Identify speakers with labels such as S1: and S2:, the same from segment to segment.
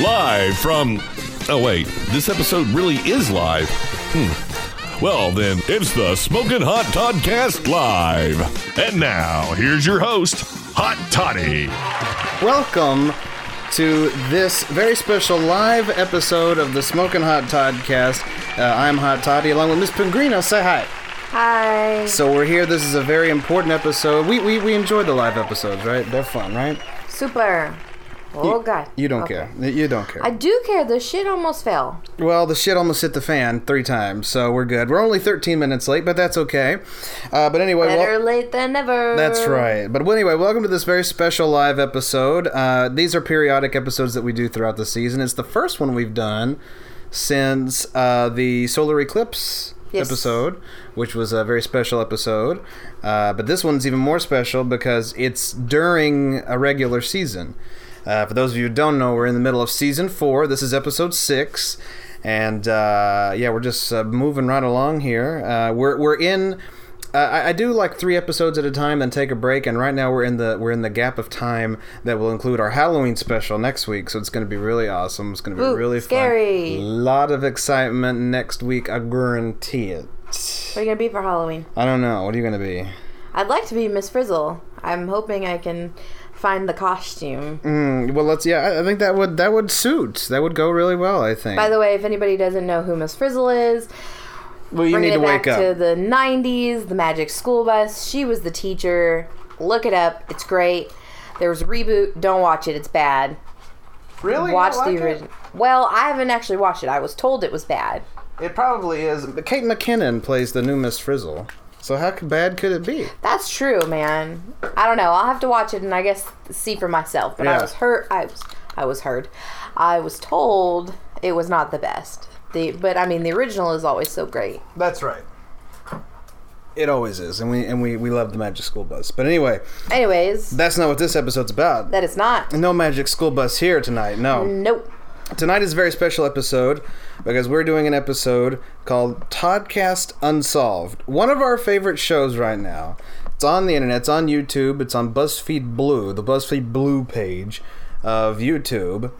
S1: Live from. Oh, wait. This episode really is live. Hmm. Well, then, it's the Smoking Hot Toddcast Live. And now, here's your host, Hot Toddy.
S2: Welcome to this very special live episode of the Smoking Hot Toddcast. Uh, I'm Hot Toddy, along with Miss Pingrino. Say hi.
S3: Hi.
S2: So we're here. This is a very important episode. We we, we enjoy the live episodes, right? They're fun, right?
S3: Super. Oh god.
S2: You don't
S3: Okay.
S2: care. You don't care.
S3: I do care. The shit almost fell.
S2: Well, the shit almost hit the fan three times, so we're good. We're only 13 minutes late, but that's okay. Uh, but anyway, well-
S3: Better late than never.
S2: That's right. But anyway, welcome to this very special live episode. Uh, these are periodic episodes that we do throughout the season. It's the first one we've done since uh, the solar eclipse
S3: Yes.
S2: episode, which was a very special episode. Uh, but this one's even more special because it's during a regular season. Uh, for those of you who don't know, we're in the middle of season four. This is episode six. And uh, yeah, we're just uh, moving right along here. Uh, we're, we're in. Uh, I, I do like three episodes at a time, then take a break. And right now we're in the we're in the gap of time that will include our Halloween special next week. So it's going to be really awesome. It's going to be
S3: Ooh,
S2: really
S3: scary.
S2: fun. Lot of excitement next week. I guarantee it.
S3: What are you gonna be for Halloween?
S2: I don't know. What are you going to be?
S3: I'd like to be Miss Frizzle. I'm hoping I can find the costume.
S2: Mm, well, let's. Yeah, I- I think that would that would suit. That would go really well. I think.
S3: By the way, if anybody doesn't know who Miss Frizzle is,
S2: well, you
S3: bring
S2: need
S3: it
S2: to
S3: back
S2: wake up.
S3: to the 90s, the Magic School Bus. She was the teacher. Look it up. It's great. There was a reboot. Don't watch it. It's bad.
S2: really
S3: watch the original. Well, I haven't actually watched it. I was told it was bad.
S2: It? probably is. But Kate McKinnon plays the new Miss Frizzle. So how c- bad could it be?
S3: That's true, man. I don't know. I'll have to watch it and I guess see for myself. But
S2: Yeah.
S3: I was hurt. I was. I was heard. I was told it was not the best. The but I mean the original is always so great.
S2: That's right. It always is, and we and we, we love the Magic School Bus. But anyway,
S3: Anyways,
S2: that's not what this episode's about.
S3: that is not.
S2: No Magic School Bus here tonight. No.
S3: Nope.
S2: Tonight is a very special episode because we're doing an episode called Toddcast Unsolved, one of our favorite shows right now. It's on the internet, it's on YouTube, it's on BuzzFeed Blue, the BuzzFeed Blue page of YouTube.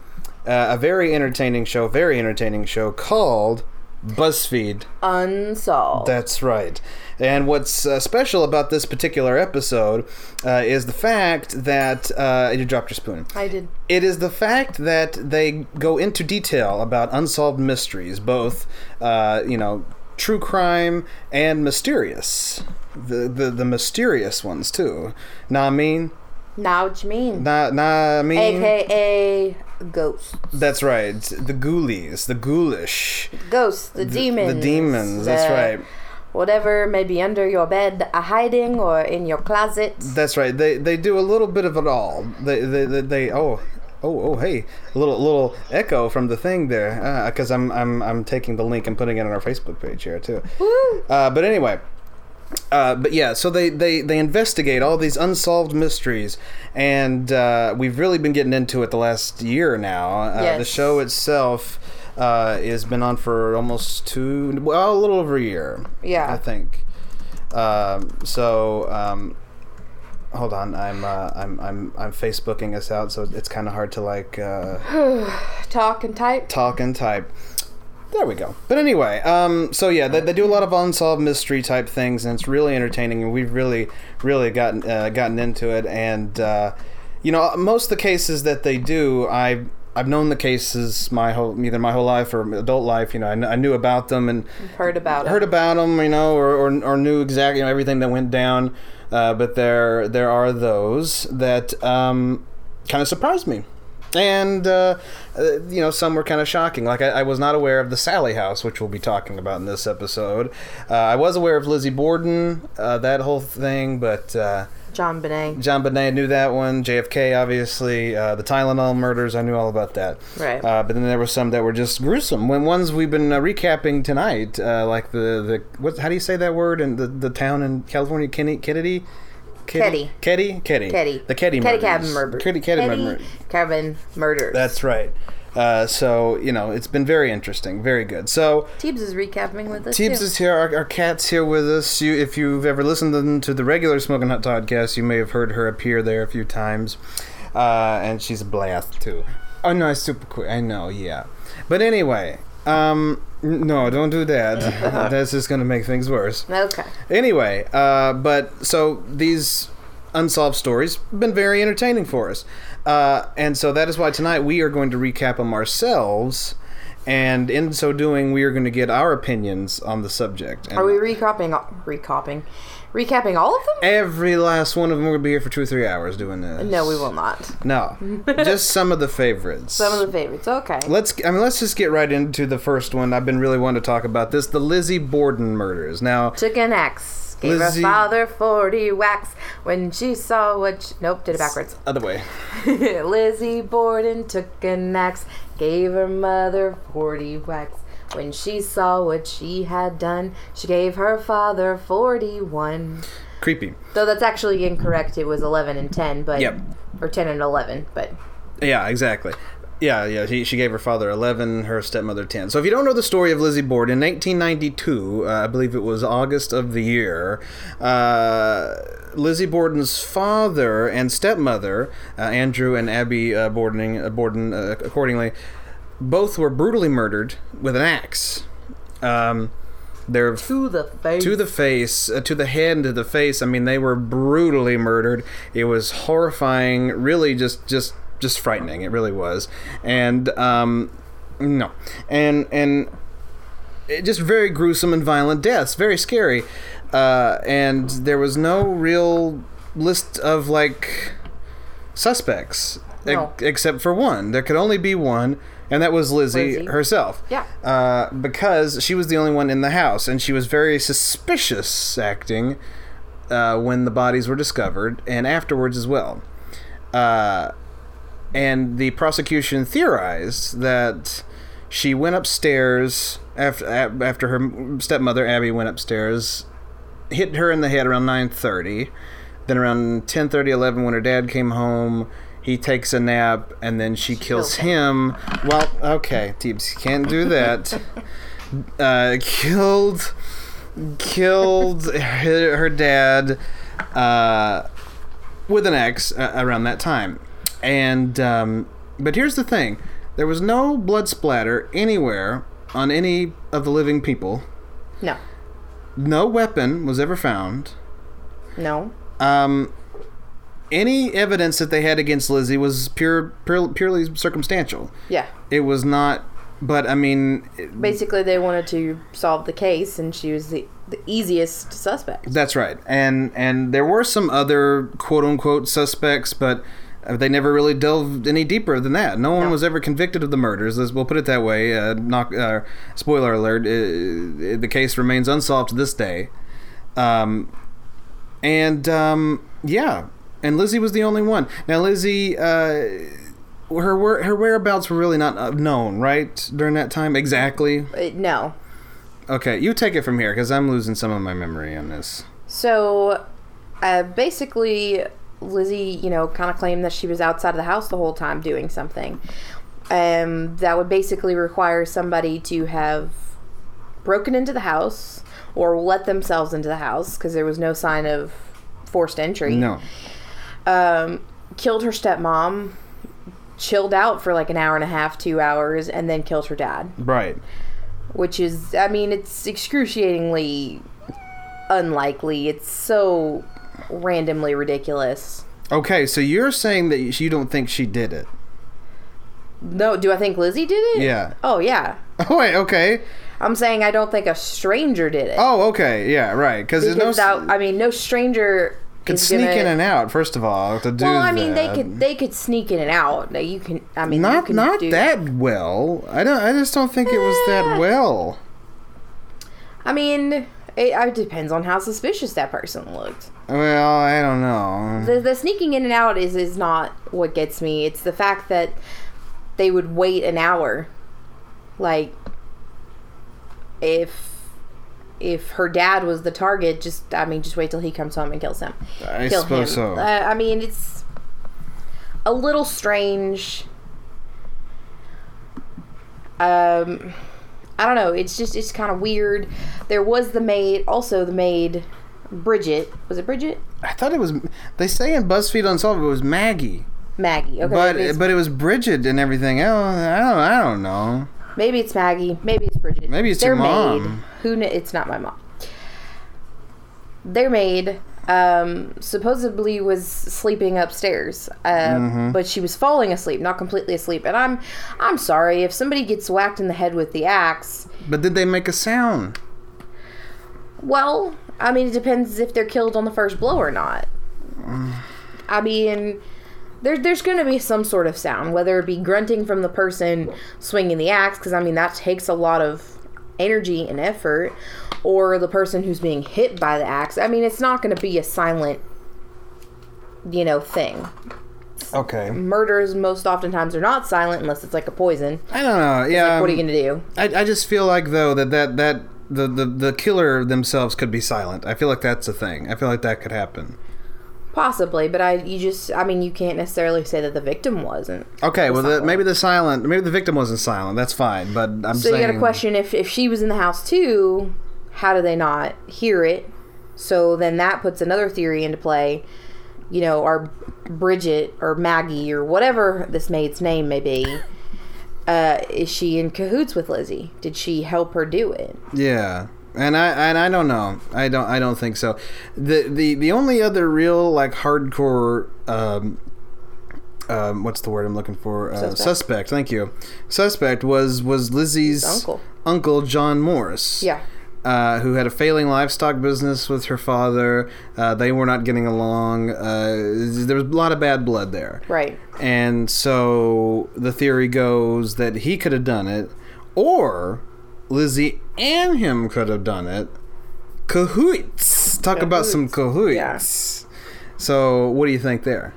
S2: Uh, a very entertaining show, very entertaining show called BuzzFeed
S3: Unsolved.
S2: that's right. And what's uh, special about this particular episode uh, is the fact that uh, you dropped your spoon.
S3: I did.
S2: It is the fact that they go into detail about unsolved mysteries, both uh, you know, true crime and mysterious. The, the the mysterious ones too. Nah, mean.
S3: Now what you mean?
S2: Nah, nah, mean.
S3: AKA ghosts.
S2: That's right. The ghoulies, the ghoulish,
S3: Ghosts. The demons.
S2: the demons. That's
S3: uh,
S2: right.
S3: Whatever may be under your bed, uh, hiding or in your closet.
S2: That's right. They they do a little bit of it all. They they, they, they oh. Oh, oh, hey! A little, little echo from the thing there, because I'm, I'm, I'm taking the link and putting it on our Facebook page here too.
S3: Woo!
S2: Uh, but anyway, uh, but yeah, so they, they, they investigate all these unsolved mysteries, and uh, we've really been getting into it the last year now. Uh, The
S3: Yes.
S2: show itself uh, has been on for almost two, well, a little over a year.
S3: Yeah.
S2: I think. Um, so. Um, Hold on, I'm uh, I'm I'm I'm Facebooking us out, so it's kind of hard to like uh,
S3: Talk and type.
S2: talk and type. There we go. But anyway, um, so yeah, they, they do a lot of unsolved mystery type things, and it's really entertaining. And we've really, really gotten uh, gotten into it. And uh, you know, most of the cases that they do, I I've known the cases my whole either my whole life or adult life. You know, I, kn- I knew about them and
S3: Heard about it.
S2: heard about them, you know, or, or, or knew exactly you know, everything that went down. Uh, but there there are those that um, kind of surprised me. And, uh, uh, you know, some were kind of shocking. Like, I, I was not aware of the Sally House, which we'll be talking about in this episode. Uh, I was aware of Lizzie Borden, uh, that whole thing, but uh,
S3: John Benet.
S2: John Bonet knew that one. JFK, obviously. Uh, the Tylenol murders, I knew all about that.
S3: Right.
S2: Uh, but then there were some that were just gruesome. When ones we've been uh, recapping tonight, uh, like the the what? How do you say that word? And the, the town in California, Kennedy, Kennedy,
S3: Keddy.
S2: Keddy, Keddy,
S3: Teddy.
S2: the Keddy,
S3: Teddy
S2: murders.
S3: Cabin murder.
S2: Keddy, Keddy murder.
S3: Cabin murder.
S2: That's right. Uh, so you know, it's been very interesting, very good. So
S3: Teebs is recapping with us.
S2: Teebs
S3: too.
S2: is here. Our, our cat's here with us. You, if you've ever listened to the regular Smoking Hot podcast, you may have heard her appear there a few times, uh, and she's a blast too. Oh no, it's super quick. I know, yeah. But anyway, um, n- no, don't do that. That's just gonna make things worse.
S3: Okay.
S2: Anyway, uh, but so these unsolved stories have been very entertaining for us, uh, and so that is why tonight we are going to recap them ourselves. And in so doing, we are going to get our opinions on the subject. And
S3: Are we recapping? Recapping? Recapping all of them?
S2: Every last one of them will be here for two or three hours doing this.
S3: No, we will not.
S2: No, just some of the favorites.
S3: Some of the favorites. Okay.
S2: Let's. I mean, let's just get right into the first one. I've been really wanting to talk about this: the Lizzie Borden murders. Now,
S3: Took an axe. Gave
S2: Lizzie-
S3: her father 40 whacks when she saw what. She, nope, did it backwards.
S2: other way.
S3: Lizzie Borden took an axe. Gave her mother 40 whacks. When she saw what she had done, she gave her father 41.
S2: Creepy.
S3: Though that's actually incorrect. It was 11 and 10, but.
S2: Yep.
S3: Or 10 and 11, but.
S2: Yeah, exactly. Yeah, yeah. She, she gave her father 11, her stepmother 10. So if you don't know the story of Lizzie Borden, in 1992, uh, I believe it was August of the year, uh, Lizzie Borden's father and stepmother, uh, Andrew and Abby uh, Borden, uh, Borden uh, accordingly, both were brutally murdered with an axe. Um, their
S3: To the face.
S2: to the face, uh, to the head, and to the face. I mean, they were brutally murdered. It was horrifying. Really, just just just frightening. It really was. And um, no, and and it just very gruesome and violent deaths. Very scary. Uh, and there was no real list of like suspects. e-
S3: No.
S2: except for one. There could only be one, and that was Lizzie.
S3: Lizzie.
S2: herself
S3: Yeah.
S2: uh, because she was the only one in the house, and she was very suspicious acting uh, when the bodies were discovered, and afterwards as well. Uh, and the prosecution theorized that she went upstairs after a- after her stepmother Abby went upstairs, hit her in the head around nine thirty. Then around 10, 11, when her dad came home, he takes a nap, and then she kills
S3: kills
S2: him. Well, okay, Teebs, you can't do that. uh, killed, killed her, her dad uh, with an axe uh, around that time. And um, but here's the thing: there was no blood splatter anywhere on any of the living people.
S3: No.
S2: No weapon was ever found.
S3: No.
S2: Um, any evidence that they had against Lizzie was pure, pure purely circumstantial.
S3: Yeah.
S2: It was not. But I mean, it-
S3: Basically, they wanted to solve the case, and she was the, the easiest suspect.
S2: That's right, and and there were some other quote unquote suspects, but uh, they never really delved any deeper than that. No one
S3: No.
S2: was ever convicted of the murders. Let's, we'll put it that way. Uh, knock, uh, spoiler alert: uh, the case remains unsolved to this day. Um, and um, yeah, and Lizzie was the only one. Now Lizzie. Uh, her where, her whereabouts were really not uh, known, right? During that time, exactly.
S3: Uh, no.
S2: Okay, you take it from here because I'm losing some of my memory on this.
S3: So, uh, basically, Lizzie, you know, kind of claimed that she was outside of the house the whole time doing something. Um, that would basically require somebody to have broken into the house or let themselves into the house because there was no sign of forced entry.
S2: No.
S3: um, killed her stepmom, chilled out for like an hour and a half, two hours, and then killed her dad.
S2: Right.
S3: Which is, I mean, it's excruciatingly unlikely. It's so randomly ridiculous.
S2: Okay, so you're saying that you don't think she did it.
S3: No, do I think Lizzie did it?
S2: Yeah.
S3: Oh, yeah.
S2: Oh wait, okay.
S3: I'm saying I don't think a stranger did it.
S2: Oh, okay. Yeah, right. Cuz there's no
S3: because
S2: s-
S3: that, I mean, no stranger
S2: could
S3: is
S2: sneak
S3: gonna-
S2: in and out first of all to do
S3: Well, I mean,
S2: that.
S3: they could they could sneak in and out. Now, You can, I mean, you
S2: not
S3: can
S2: not
S3: do Eh.
S2: that well. I don't I just don't think it was that well.
S3: I mean, it, it depends on how suspicious that person looked.
S2: Well, I don't know.
S3: The, the sneaking in and out is, is not what gets me. It's the fact that they would wait an hour. Like, if if her dad was the target, just I mean, just wait till he comes home and kills him.
S2: I
S3: Kill
S2: suppose
S3: him.
S2: so.
S3: Uh, I mean, it's a little strange. Um, I don't know. It's just it's kind of weird. There was the maid, also the maid, Bridget. Was it Bridget?
S2: I thought it was they say in BuzzFeed Unsolved it was Maggie.
S3: Maggie. Okay,
S2: But
S3: maybe, it's,
S2: but it was Bridget and everything else. I don't I don't know.
S3: maybe it's Maggie. Maybe it's Bridget.
S2: Maybe it's
S3: They're
S2: your mom.
S3: Made. Who? Kn- it's not my mom. Their maid um, supposedly was sleeping upstairs, uh,
S2: Mm-hmm.
S3: but she was falling asleep, not completely asleep. And I'm, I'm sorry if somebody gets whacked in the head with the axe.
S2: But did they make a sound?
S3: Well, I mean, it depends if they're killed on the first blow or not. I mean, there, there's going to be some sort of sound, whether it be grunting from the person swinging the axe, because I mean, that takes a lot of energy and effort, or the person who's being hit by the axe. I mean, it's not going to be a silent, you know, thing.
S2: Okay.
S3: Murders most oftentimes are not silent unless it's like a poison.
S2: I don't know. Yeah.
S3: what are you going to do?
S2: I, I just feel like though that that that the, the the killer themselves could be silent. I feel like that's a thing. I feel like that could happen.
S3: Possibly, but I, you just, I mean, you can't necessarily say that the victim wasn't.
S2: Okay, well, the,
S3: silent.
S2: maybe the silent, maybe the victim wasn't silent. That's fine, but I'm
S3: So
S2: saying
S3: you got to question if if she was in the house too, how do they not hear it? So then that puts another theory into play. You know, our Bridget or Maggie or whatever this maid's name may be. Uh, is she in cahoots with Lizzie? Did she help her do it?
S2: Yeah, and I and I don't know. I don't I don't think so. The the the only other real like hardcore. Um, um, what's the word I'm looking for? Uh,
S3: Suspect.
S2: suspect. Thank you. Suspect was was Lizzie's
S3: uncle.
S2: uncle John Morris.
S3: Yeah.
S2: uh, who had a failing livestock business with her father. Uh, they were not getting along. Uh, there was a lot of bad blood there.
S3: Right.
S2: And so the theory goes that he could have done it, or Lizzie and him could have done it. Cahoots. Talk about some cahoots.
S3: Yeah.
S2: So what do you think there?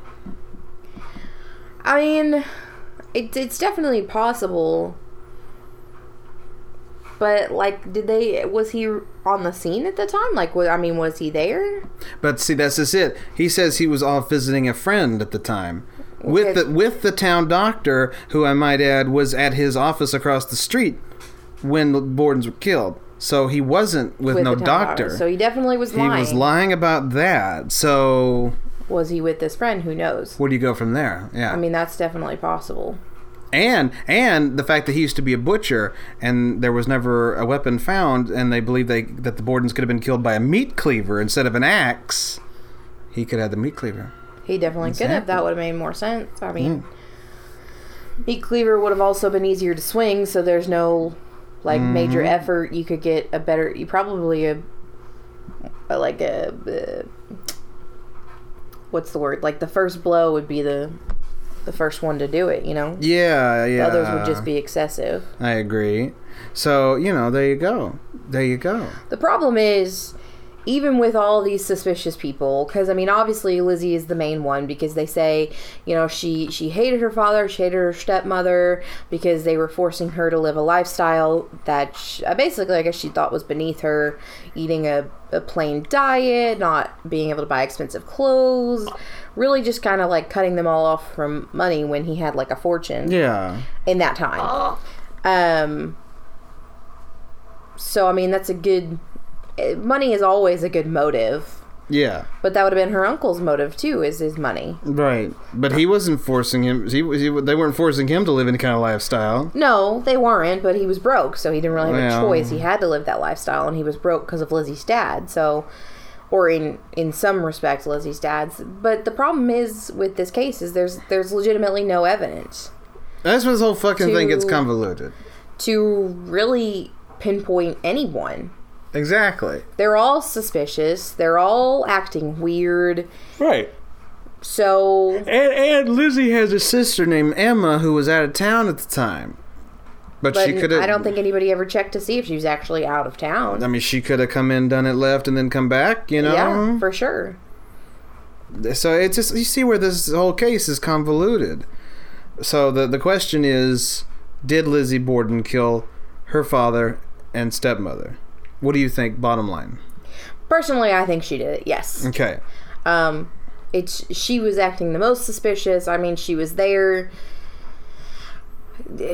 S3: I mean, it, it's definitely possible. But like, did they? Was he on the scene at the time? Like, wa- I mean, was he there?
S2: But see, that's just it. He says he was off visiting a friend at the time. With the with the town doctor, who I might add was at his office across the street when the Bordens were killed. So he wasn't with, no
S3: the town
S2: doctor.
S3: So he definitely was
S2: he
S3: lying.
S2: was lying about that. So
S3: Was he with this friend? Who knows?
S2: where do you go from there? Yeah.
S3: I mean, that's definitely possible.
S2: and and the fact that he used to be a butcher and there was never a weapon found and they believe they that the Bordens could have been killed by a meat cleaver instead of an axe. He could have the meat cleaver.
S3: He definitely could have.
S2: Exactly. Mm.
S3: That would have made more sense. I mean, meat cleaver would have also been easier to swing, so there's no like
S2: Mm.
S3: major effort. You could get a better, you probably a, a like a, uh what's the word? Like the first blow would be the the first one to do it. You know,
S2: Yeah, yeah.
S3: others would just be excessive.
S2: I agree. So you know, there you go. There you go.
S3: The problem is, even with all these suspicious people, because I mean, obviously Lizzie is the main one because they say, you know, she she hated her father, she hated her stepmother because they were forcing her to live a lifestyle that sh uh, basically, I guess, she thought was beneath her, eating a, a plain diet, not being able to buy expensive clothes, really just kind of like cutting them all off from money when he had like a fortune
S2: Yeah.
S3: in that time. Um, so I mean, that's a good. eh, Money is always a good motive,
S2: Yeah.
S3: but that would have been her uncle's motive too. Is his money?
S2: Right. But he wasn't forcing him. He, he they weren't forcing him to live any kind of lifestyle.
S3: No, they weren't. But he was broke, so he didn't really have
S2: Yeah.
S3: a choice. He had to live that lifestyle, and he was broke because of Lizzie's dad. So, or in in some respects, Lizzie's dad's. But the problem is with this case is there's there's legitimately no evidence.
S2: That's when this whole fucking thing gets
S3: To-
S2: convoluted.
S3: to really pinpoint anyone.
S2: Exactly.
S3: They're all suspicious. They're all acting weird.
S2: Right.
S3: So
S2: And and Lizzie has a sister named Emma who was out of town at the time. But,
S3: but
S2: she could have.
S3: I don't think anybody ever checked to see if she was actually out of town.
S2: I mean, she could have come in, done it, left, and then come back. You know.
S3: Yeah, for sure.
S2: so it's just you see where this whole case is convoluted. So the the question is, did Lizzie Borden kill her father and stepmother? What do you think? Bottom line.
S3: Personally, I think she did it. Yes.
S2: Okay.
S3: Um, it's she was acting the most suspicious. I mean, she was there.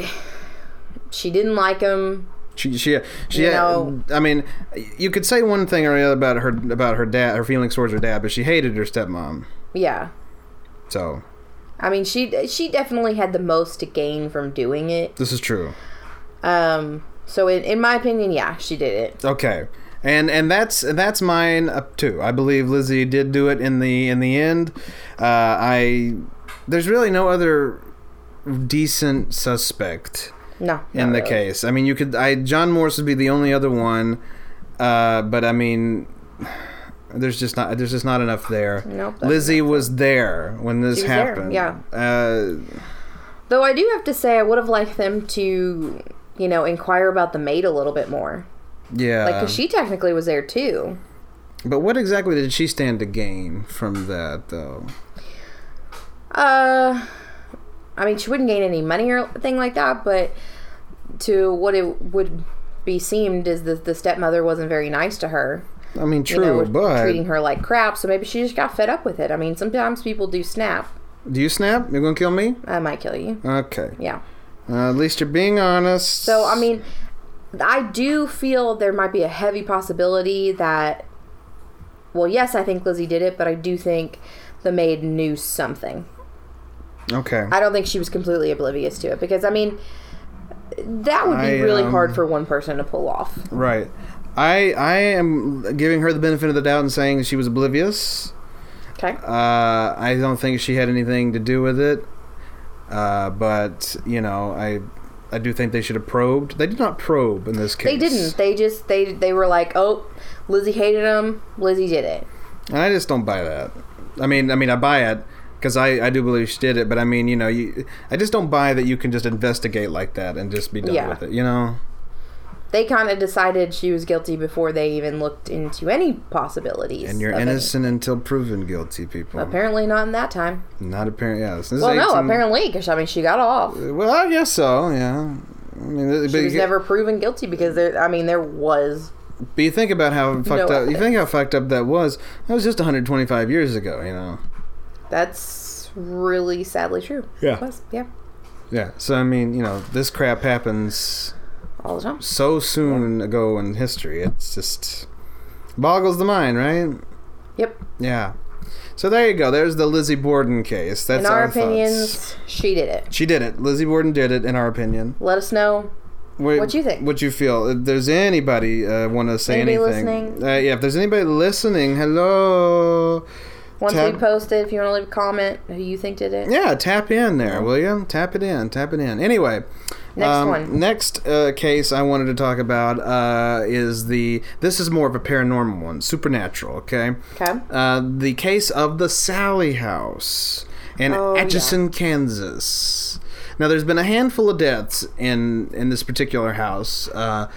S3: She didn't like him.
S2: She she she.
S3: You know-
S2: I mean, you could say one thing or the other about her about her dad, her feelings towards her dad, but she hated her stepmom.
S3: Yeah.
S2: So
S3: I mean, she she definitely had the most to gain from doing it.
S2: This is true.
S3: Um, so in, in my opinion, yeah, she did it.
S2: Okay. And and that's that's mine up too. I believe Lizzie did do it in the in the end. Uh, I there's really no other decent suspect
S3: No,
S2: in
S3: not
S2: the
S3: really.
S2: case. I mean, you could I John Morris would be the only other one, uh, but I mean, there's just not there's just not enough there.
S3: Nope, that's
S2: Lizzie was there when this
S3: She was there,
S2: happened.
S3: yeah.
S2: Uh,
S3: Though I do have to say, I would have liked them to, you know, inquire about the maid a little bit more.
S2: yeah.
S3: Like, 'cause she technically was there too.
S2: but what exactly did she stand to gain from that though?
S3: Uh, I mean, she wouldn't gain any money or thing like that, but to what it would be seemed is that the stepmother wasn't very nice to her.
S2: I mean,
S3: you
S2: true,
S3: know, was
S2: but
S3: treating her like crap. So maybe she just got fed up with it. I mean, sometimes people do snap.
S2: do you snap? You're gonna kill me?
S3: I might kill you.
S2: Okay.
S3: Yeah.
S2: Uh, at least you're being honest.
S3: So I mean, I do feel there might be a heavy possibility that. Well, yes, I think Lizzie did it, but I do think the maid knew something.
S2: okay.
S3: I don't think she was completely oblivious to it because I mean, that would be
S2: I,
S3: really
S2: um,
S3: hard for one person to pull off.
S2: Right. I I am giving her the benefit of the doubt and saying she was oblivious.
S3: Okay.
S2: Uh, I don't think she had anything to do with it. Uh, but you know, I I do think they should have probed. They did not probe in this case.
S3: They didn't. They just they they were like, oh, Lizzie hated him. Lizzie did it.
S2: And I just don't buy that. I mean, I mean, I buy it because I, I do believe she did it. But I mean, you know, you, I just don't buy that you can just investigate like that and just be done
S3: Yeah.
S2: with it. You know.
S3: They kind of decided she was guilty before they even looked into any possibilities.
S2: And you're
S3: of it.
S2: innocent until proven guilty, people.
S3: Apparently not in that time.
S2: Not apparent. Yeah. This is
S3: Well, no,
S2: 18
S3: apparently because I mean she got off.
S2: Well, I guess so. Yeah. I mean, it-
S3: She
S2: but,
S3: was
S2: you,
S3: never proven guilty because there. I mean, there was.
S2: but you think about how fucked up. You
S3: evidence.
S2: think how fucked up that was. That was just 125 years ago. You know.
S3: That's really sadly true.
S2: Yeah.
S3: It was, yeah.
S2: Yeah. So I mean, you know, this crap happens
S3: All the time.
S2: so soon ago in history. It's just boggles the mind, right?
S3: Yep.
S2: Yeah. So there you go. There's the Lizzie Borden case. That's
S3: In our
S2: thoughts.
S3: opinions, she did it.
S2: She did it. Lizzie Borden did it, in our opinion.
S3: Let us know.
S2: Wait,
S3: What you think?
S2: What you feel? If there's anybody uh, want to say
S3: Anybody
S2: anything?
S3: listening?
S2: Uh, yeah. If there's anybody listening, hello.
S3: Once
S2: Tab-
S3: we post it, if you want to leave a comment, who you think did it?
S2: Yeah, tap in there, will you? Tap it in, tap it in. Anyway, um,
S3: Next one.
S2: Next uh, case I wanted to talk about uh, is the. This is more of a paranormal one, supernatural. Okay.
S3: Okay.
S2: Uh, the case of the Sally House in
S3: Oh, yeah.
S2: Atchison, Kansas. Now, there's been a handful of deaths in in this particular house. Uh,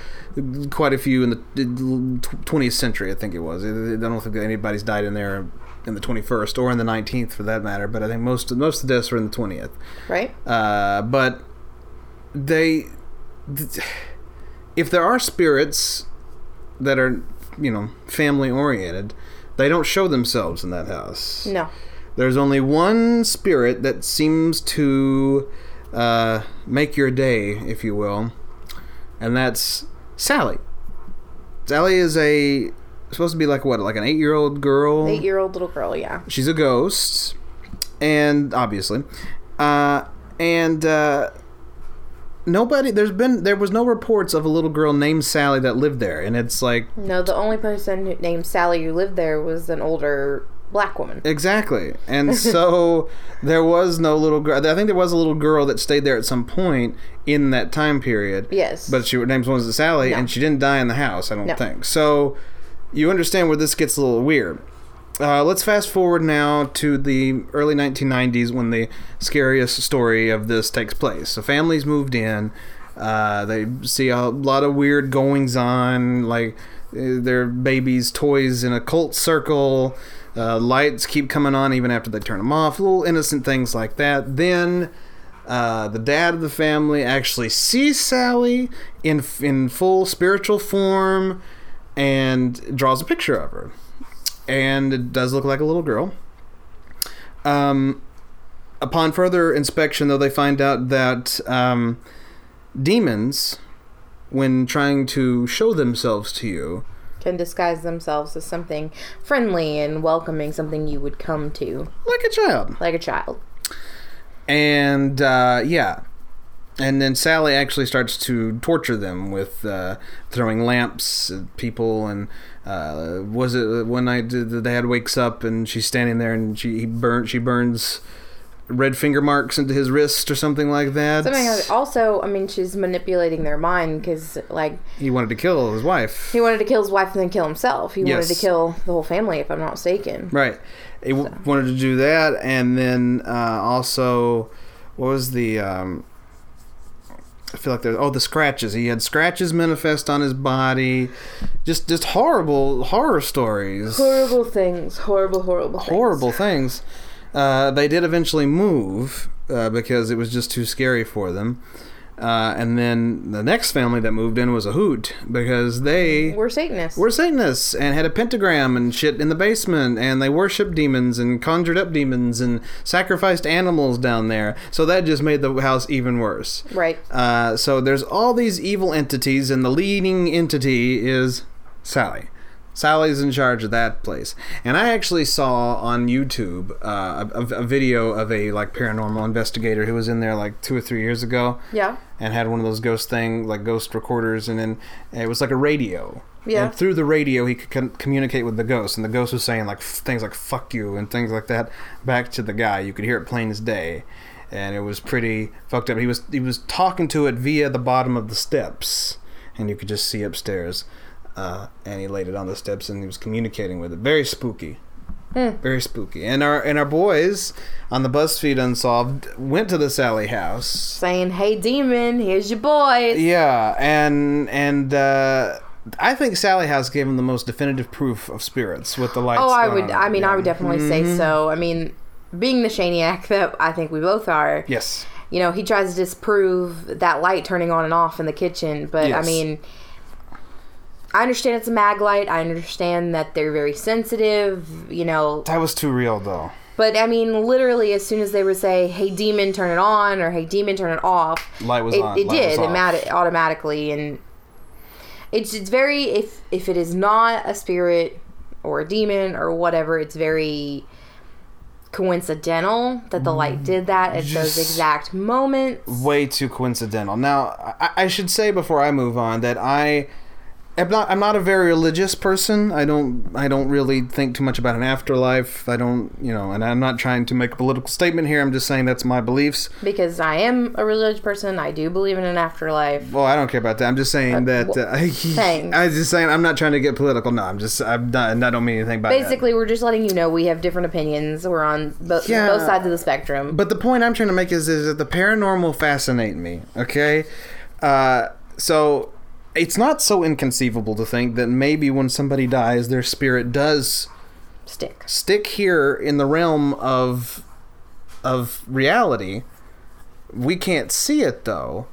S2: quite a few in the tw- 20th century, I think it was. I I don't think that anybody's died in there in the 21st or in the 19th, for that matter. But I think most most of the deaths were in the 20th.
S3: Right.
S2: Uh, but they, if there are spirits that are, you know, family oriented, they don't show themselves in that house.
S3: No.
S2: There's only one spirit that seems to uh, make your day, if you will, and that's Sally. Sally is a supposed to be like what, like an eight-year-old girl.
S3: Eight-year-old little girl. Yeah.
S2: She's a ghost, and obviously, uh, and uh, nobody. There's been there was no reports of a little girl named Sally that lived there, and it's like
S3: No, the only person who- named Sally who lived there was an older black woman.
S2: exactly. And so there was no little girl. I think there was a little girl that stayed there at some point in that time period.
S3: Yes.
S2: but she her name was Sally, and she didn't die in the house. I don't
S3: No.
S2: think so. You understand where this gets a little weird. Uh, let's fast forward now to the early 1990s when the scariest story of this takes place. So families moved in. Uh, they see a lot of weird goings on, like uh, their babies' toys in a cult circle. Uh, lights keep coming on even after they turn them off. Little innocent things like that. Then uh, the dad of the family actually sees Sally in in full spiritual form and draws a picture of her, and it does look like a little girl. Um, upon further inspection, though, they find out that um, demons, when trying to show themselves to you,
S3: Can disguise themselves as something friendly and welcoming, something you would come to
S2: like a child,
S3: like a child.
S2: and uh, yeah, and then Sally actually starts to torture them with uh, throwing lamps at people. And uh, was it one night the the dad wakes up and she's standing there and she he burn she burns red finger marks into his wrist or something like that.
S3: Something like- also, I mean, she's manipulating their mind because, like,
S2: he wanted to kill his wife.
S3: he wanted to kill his wife and then kill himself. He wanted to
S2: Yes.
S3: kill the whole family, if I'm not mistaken.
S2: Right. He w- wanted to do that, and then uh, also, what was the? Um, I feel like there. Oh, the scratches. He had scratches manifest on his body. Just, just horrible horror stories.
S3: Horrible things. Horrible, horrible things.
S2: Horrible things. Uh, they did eventually move uh, because it was just too scary for them. Uh, and then the next family that moved in was a hoot because they
S3: We're Satanists.
S2: were Satanists and had a pentagram and shit in the basement, and they worshipped demons and conjured up demons and sacrificed animals down there. So that just made the house even worse.
S3: right.
S2: Uh, so there's all these evil entities, and the leading entity is Sally. Sally's in charge of that place, and I actually saw on YouTube uh, a, a video of a like paranormal investigator who was in there like two or three years ago
S3: Yeah.
S2: and had one of those ghost thing like ghost recorders and then it was like a radio
S3: Yeah.
S2: and through the radio he could com- communicate with the ghost and the ghost was saying like f- things like fuck you and things like that back to the guy you could hear it plain as day and it was pretty fucked up he was he was talking to it via the bottom of the steps and you could just see upstairs uh, and he laid it on the steps and he was communicating with it very spooky very spooky and our and our boys on the buzzfeed unsolved went to the sally house
S3: Saying, hey, demon, here's your boy.
S2: yeah, and and uh, I think Sally House gave him the most definitive proof of spirits with the lights.
S3: Oh, I
S2: going
S3: would.
S2: on.
S3: I mean,
S2: Yeah.
S3: I
S2: Mm-hmm.
S3: would definitely say so. I mean, being the Shaniac that I think we both are,
S2: Yes.
S3: you know, he tries to disprove that light turning on and off in the kitchen. But
S2: Yes.
S3: I mean, I understand it's a mag light. I understand that they're very sensitive. You know,
S2: That was too real, though.
S3: but I mean, literally, as soon as they would say, "Hey, demon, turn it on," or "Hey, demon, turn it off,"
S2: Light was
S3: it,
S2: on. light
S3: it
S2: was
S3: did. It
S2: off.
S3: mat- automatically, and it's it's very if if it is not a spirit or a demon or whatever, it's very coincidental that the light did that at
S2: Mm. Just-
S3: those exact moments.
S2: Way too coincidental. Now, I, I should say before I move on that I. I'm not. I'm not a very religious person. I don't. I don't really think too much about an afterlife. I don't. You know. And I'm not trying to make a political statement here. I'm just saying that's my beliefs.
S3: Because I am a religious person, I do believe in an afterlife.
S2: Well, I don't care about that. I'm just saying that.
S3: wh-
S2: Uh,
S3: Thanks.
S2: I was just saying I'm not trying to get political. No, I'm just I'm not. I don't mean anything by that.
S3: Basically, we're just letting you know we have different opinions. We're on bo-
S2: Yeah.
S3: both sides of the spectrum.
S2: But the point I'm trying to make is, is that the paranormal fascinate me. Okay, uh, so it's not so inconceivable to think that maybe when somebody dies, their spirit does
S3: Stick.
S2: stick here in the realm of of reality. We can't see it though,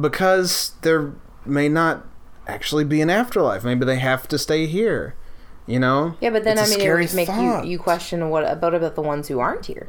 S2: because there may not actually be an afterlife. Maybe they have to stay here. You know?
S3: Yeah, but then
S2: It's a
S3: I mean, it
S2: scary
S3: would make
S2: thought.
S3: you you question what about about the ones who aren't here?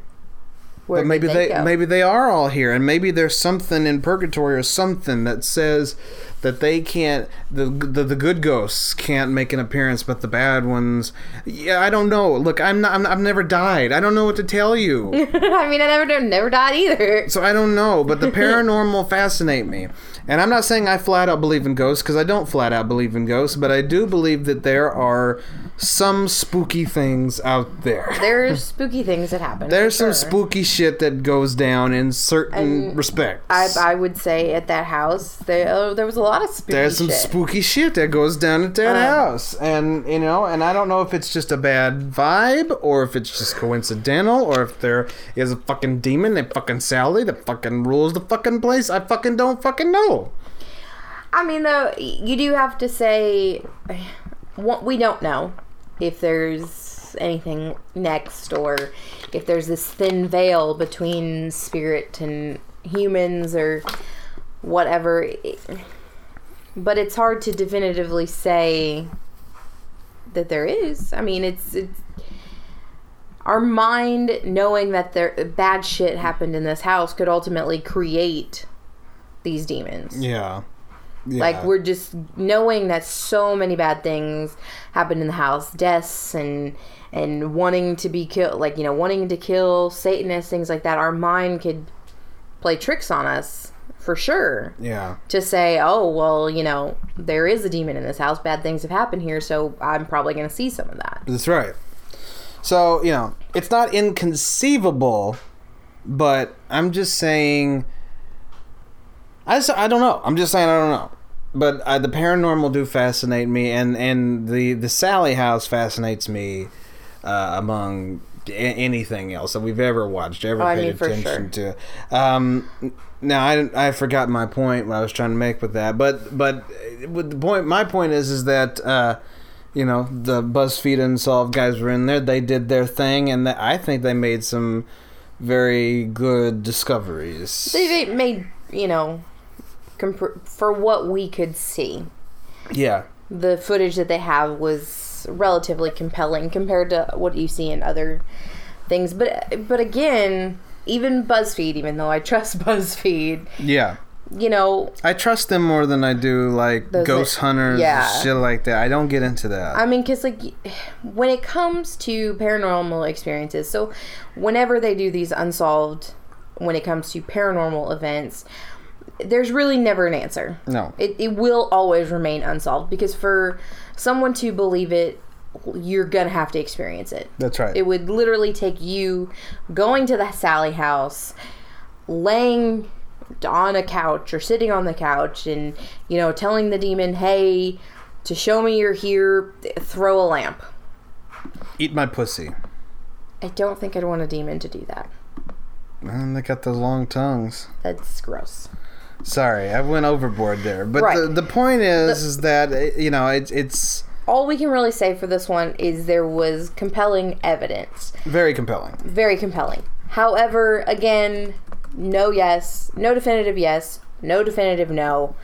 S3: Where
S2: But
S3: did
S2: maybe they,
S3: go?
S2: maybe they are all here, and maybe there's something in purgatory or something that says that they can't the, the the good ghosts can't make an appearance, but the bad ones. Yeah, I don't know. Look, I'm not. I'm, I've never died. I don't know what to tell you.
S3: I mean, I never never died either.
S2: so I don't know. But the paranormal fascinate me, and I'm not saying I flat out believe in ghosts because I don't flat out believe in ghosts, but I do believe that there are some spooky things out there.
S3: There's spooky things that happen.
S2: There's
S3: for
S2: some
S3: sure.
S2: spooky shit that goes down in certain
S3: And
S2: respects.
S3: I, I would say at that house there oh, there was a lot of spooky
S2: There's some
S3: shit.
S2: spooky shit that goes down at that
S3: Uh.
S2: house, and you know, and I don't know if it's just a bad vibe or if it's just coincidental or if there is a fucking demon named fucking Sally that fucking rules the fucking place. I fucking don't fucking know.
S3: I mean, though, you do have to say what we don't know if there's anything next or if there's this thin veil between spirit and humans or whatever. But it's hard to definitively say that there is. I mean, it's it's our mind knowing that there bad shit happened in this house could ultimately create these demons.
S2: Yeah,
S3: Like we're just knowing that so many bad things happened in the house, deaths and and wanting to be killed, like you know, wanting to kill Satanists, things like that. Our mind could play tricks on us for sure.
S2: Yeah.
S3: To say, oh, well, you know, there is a demon in this house. Bad things have happened here, so I'm probably going to see some of that.
S2: That's right. So, you know, it's not inconceivable, but I'm just saying. I, just, I don't know. I'm just saying I don't know. But uh, the paranormal do fascinate me, and, and the, the Sally house fascinates me uh, among a- anything else that we've ever watched, ever
S3: Oh, I
S2: paid
S3: mean, for
S2: attention to. Um, n- now I, I forgot my point what I was trying to make with that, but but uh, with the point my point is is that uh, you know the BuzzFeed Unsolved guys were in there, they did their thing, and that I think they made some very good discoveries.
S3: They they made, you know, compr- for what we could see,
S2: yeah,
S3: the footage that they have was relatively compelling compared to what you see in other things. But but again, even BuzzFeed, even though I trust BuzzFeed,
S2: yeah.
S3: you know,
S2: I trust them more than I do like
S3: Those
S2: ghost
S3: that-
S2: hunters,
S3: yeah.
S2: and shit like that. I don't get into that.
S3: I mean, because like when it comes to paranormal experiences, so whenever they do these unsolved, when it comes to paranormal events, there's really never an answer.
S2: No.
S3: It, it will always remain unsolved because for someone to believe it, you're going to have to experience it.
S2: That's right.
S3: It would literally take you going to the Sally house, laying on a couch or sitting on the couch and, you know, telling the demon, hey, to show me you're here, th- throw a lamp.
S2: Eat my pussy.
S3: I don't think I'd want a demon to do that.
S2: Man, they got those long tongues.
S3: That's gross.
S2: Sorry, I went overboard there. But
S3: Right.
S2: the, the point is, is that eh, you know it's it's
S3: All we can really say for this one is there was compelling evidence.
S2: very compelling.
S3: Very compelling. However, again, no yes, no definitive yes, no definitive no,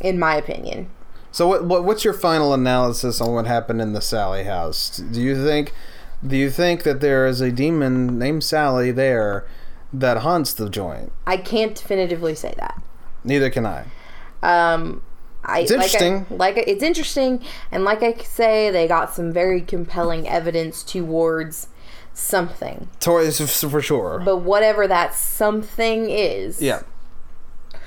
S3: in my opinion.
S2: So what, what what's your final analysis on what happened in the Sally house? Do you think do you think that there is a demon named Sally there that haunts the joint?
S3: I can't definitively say that.
S2: Neither can I.
S3: Um, I, it's
S2: interesting.
S3: Like, I, like I- it's interesting, and like I say, they got some very compelling evidence towards something.
S2: Tori is f- for sure.
S3: But whatever that something is,
S2: yeah.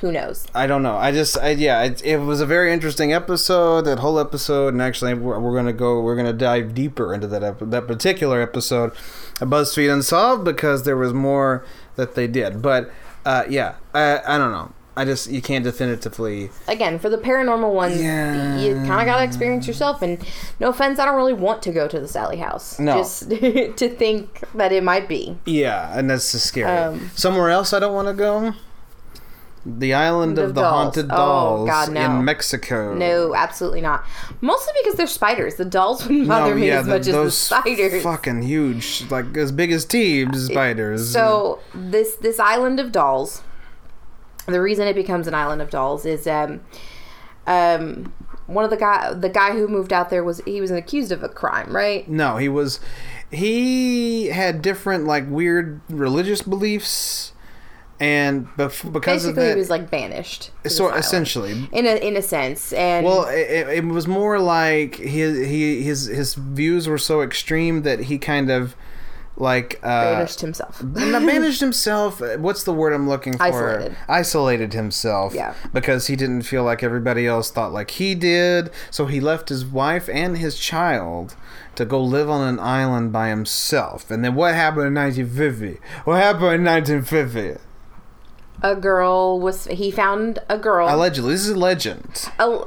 S3: who knows?
S2: I don't know. I just, I, yeah, it, it was a very interesting episode, that whole episode, and actually, we're, we're gonna go, we're gonna dive deeper into that ep- that particular episode, of BuzzFeed Unsolved, because there was more that they did. But uh, yeah, I, I don't know. I just, you can't definitively.
S3: Again, for the paranormal ones,
S2: Yeah.
S3: you kind of gotta experience yourself. And no offense, I don't really want to go to the Sally House.
S2: No.
S3: just to think that it might be
S2: Yeah, and that's just scary.
S3: Um,
S2: Somewhere else, I don't want to go. The island
S3: The
S2: of the
S3: dolls.
S2: haunted
S3: Oh,
S2: dolls
S3: God, no.
S2: in Mexico.
S3: No, absolutely not. Mostly because they're spiders. The dolls wouldn't bother me as
S2: the-
S3: much as the
S2: those
S3: spiders. Uh,
S2: fucking huge, like as big as Teebs spiders.
S3: So
S2: Mm.
S3: this this island of dolls, the reason it becomes an island of dolls is um um one of the guy the guy who moved out there was he was accused of a crime, right?
S2: No, he was. He had different like weird religious beliefs, and bef- because
S3: Basically, he
S2: of
S3: was
S2: that,
S3: like banished.
S2: so
S3: to this island.
S2: essentially.
S3: in a in a sense, and
S2: Well, uh, it, it was more like his he his his views were so extreme that he kind of like uh,
S3: banished himself.
S2: not managed himself. uh, What's the word I'm looking for?
S3: Isolated.
S2: Isolated himself.
S3: Yeah.
S2: Because he didn't feel like everybody else thought like he did. So he left his wife and his child to go live on an island by himself. And then what happened in 1950? What happened in 1950?
S3: A girl was he found a girl
S2: Allegedly, this is legend.
S3: a,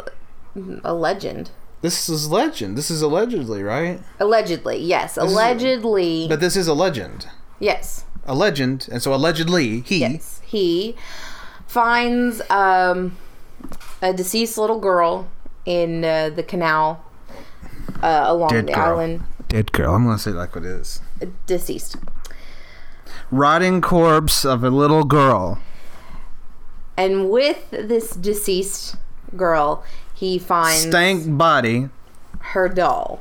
S3: a legend.
S2: This is legend. This is allegedly right,
S3: Allegedly, yes. Allegedly,
S2: but this is a legend.
S3: yes.
S2: A legend, and so allegedly he.
S3: Yes, he finds um, a deceased little girl in uh, the canal uh, along
S2: Dead
S3: the
S2: girl.
S3: island.
S2: Dead girl. I'm gonna say it like what it is.
S3: Deceased,
S2: Rotting corpse of a little girl.
S3: and with this deceased girl, he finds
S2: stank body.
S3: her doll.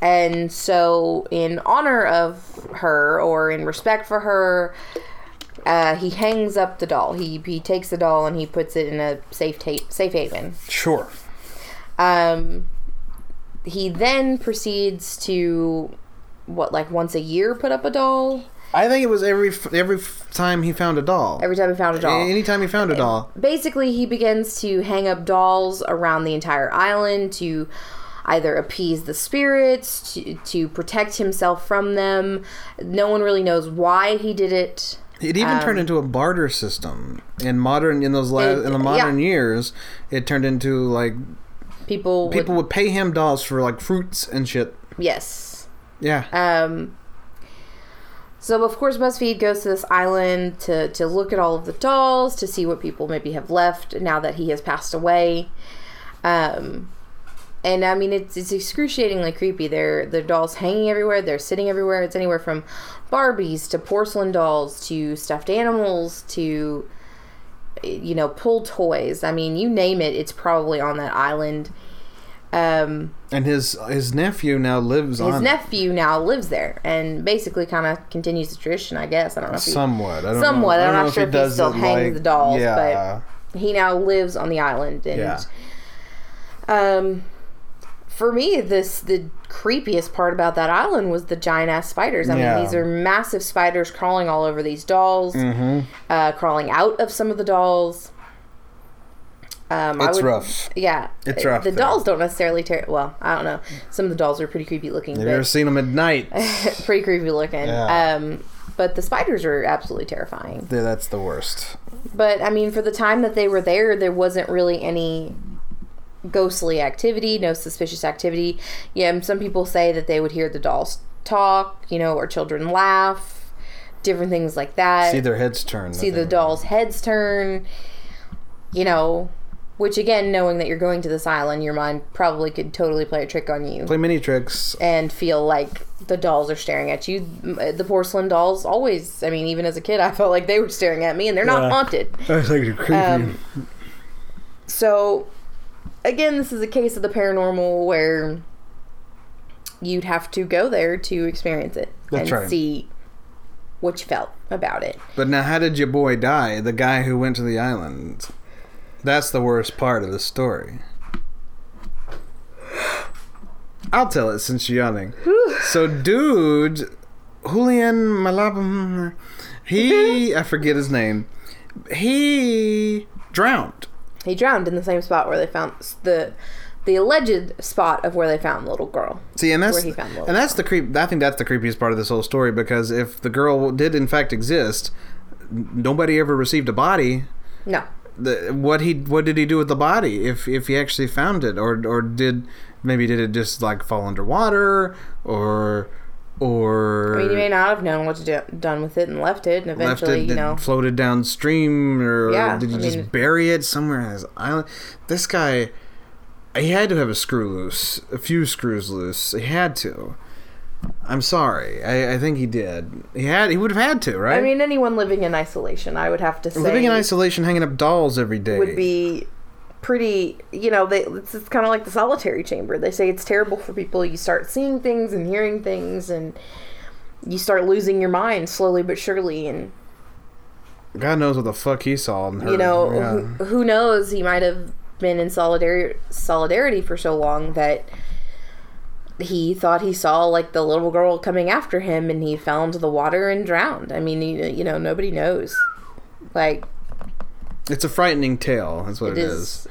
S3: And so, in honor of her, or in respect for her, uh, he hangs up the doll. He he takes the doll and he puts it in a safe ta- safe haven.
S2: Sure.
S3: Um, he then proceeds to what, like once a year, put up a doll
S2: I think it was every f- every f- time he found a doll.
S3: Every time he found a doll.
S2: Anytime he found a doll.
S3: Basically, he begins to hang up dolls around the entire island to either appease the spirits, to, to protect himself from them. No one really knows why he did it.
S2: It even turned into a barter system in modern in those last
S3: Um, It-
S2: in the
S3: yeah.
S2: modern years. It turned into like
S3: People, would-
S2: people would pay him dolls for like fruits and shit.
S3: yes.
S2: Yeah,
S3: Um, so of course BuzzFeed goes to this island to to look at all of the dolls to see what people maybe have left now that he has passed away. Um, and I mean it's it's excruciatingly creepy. They're the dolls hanging everywhere. They're sitting everywhere. It's anywhere from Barbies to porcelain dolls to stuffed animals to you know pull toys. I mean you name it, it's probably on that island. Um,
S2: and his his nephew now lives
S3: his
S2: on it
S3: nephew now lives there and basically kind of continues the tradition, I guess. I don't know if he,
S2: somewhat. I don't
S3: somewhat.
S2: Know, I
S3: I'm
S2: don't
S3: not
S2: know
S3: sure
S2: if
S3: if
S2: he
S3: he
S2: does
S3: still
S2: it,
S3: hangs
S2: like-
S3: the dolls,
S2: Yeah,
S3: he now lives on the island. And
S2: Yeah.
S3: um, for me, this the creepiest part about that island was the giant ass spiders. I
S2: Yeah.
S3: mean, these are massive spiders crawling all over these dolls,
S2: Mm-hmm.
S3: uh, crawling out of some of the dolls. Um, I
S2: it's
S3: would-
S2: rough.
S3: Yeah,
S2: It's rough
S3: The
S2: there.
S3: dolls don't necessarily tear. Well, I don't know. Some of the dolls are pretty creepy looking.
S2: Have
S3: but- Uh,
S2: you ever seen him at night?
S3: pretty creepy looking.
S2: Yeah.
S3: Um, but the spiders are absolutely terrifying.
S2: Yeah, That's the worst.
S3: But I mean, for the time that they were there, there wasn't really any ghostly activity, no suspicious activity. Yeah, and some people say that they would hear the dolls talk, you know, or children laugh, different things like that.
S2: See their heads turn.
S3: uh, See the dolls' heads turn, you know. Which again, knowing that you're going to this island, your mind probably could totally play a trick on you
S2: Play mini tricks.
S3: and feel like the dolls are staring at you. M- uh, The porcelain dolls always, I mean, even as a kid, I felt like they were staring at me and they're not
S2: Yeah.
S3: haunted.
S2: That's like creepy.
S3: Um, So, again, this is a case of the paranormal where you'd have to go there to experience it
S2: That's
S3: and
S2: right.
S3: see what you felt about it.
S2: But now, how did your boy die? The guy who went to the island. That's the worst part of the story. I'll tell it since you're yawning. so, dude, Julian Malabum, he, I forget his name, he drowned.
S3: He drowned in the same spot where they found s- the the alleged spot of where they found the little girl.
S2: See, and that's
S3: Where he found Lola.
S2: and that's the creep. I think that's the creepiest part of this whole story because if the girl did in fact exist, n- nobody ever received a body.
S3: No,
S2: the, what he what did he do with the body if if he actually found it or or did maybe did it just like fall underwater or or
S3: I mean, you may not have known what to do, done with it and left it, and
S2: left
S3: eventually,
S2: it
S3: you
S2: then
S3: know,
S2: floated downstream or
S3: Yeah,
S2: did he
S3: I
S2: just
S3: mean-
S2: bury it somewhere on his island this guy he had to have a screw loose a few screws loose he had to I'm sorry I, I think he did he had he would have had to right
S3: I mean, anyone living in isolation, I would have to say,
S2: living in isolation hanging up dolls every day
S3: would be pretty. You know, they, it's, it's kind of like the solitary chamber. They say it's terrible for people. You start seeing things and hearing things, and you start losing your mind slowly but surely. And
S2: God knows what the fuck he saw and heard.
S3: you know,
S2: Yeah.
S3: who, who knows? He might have been in solidarity solidarity for so long that he thought he saw like the little girl coming after him, and he fell into the water and drowned. I mean, you, you know, nobody knows. Like
S2: It's a frightening tale. That's what
S3: it
S2: it is.
S3: is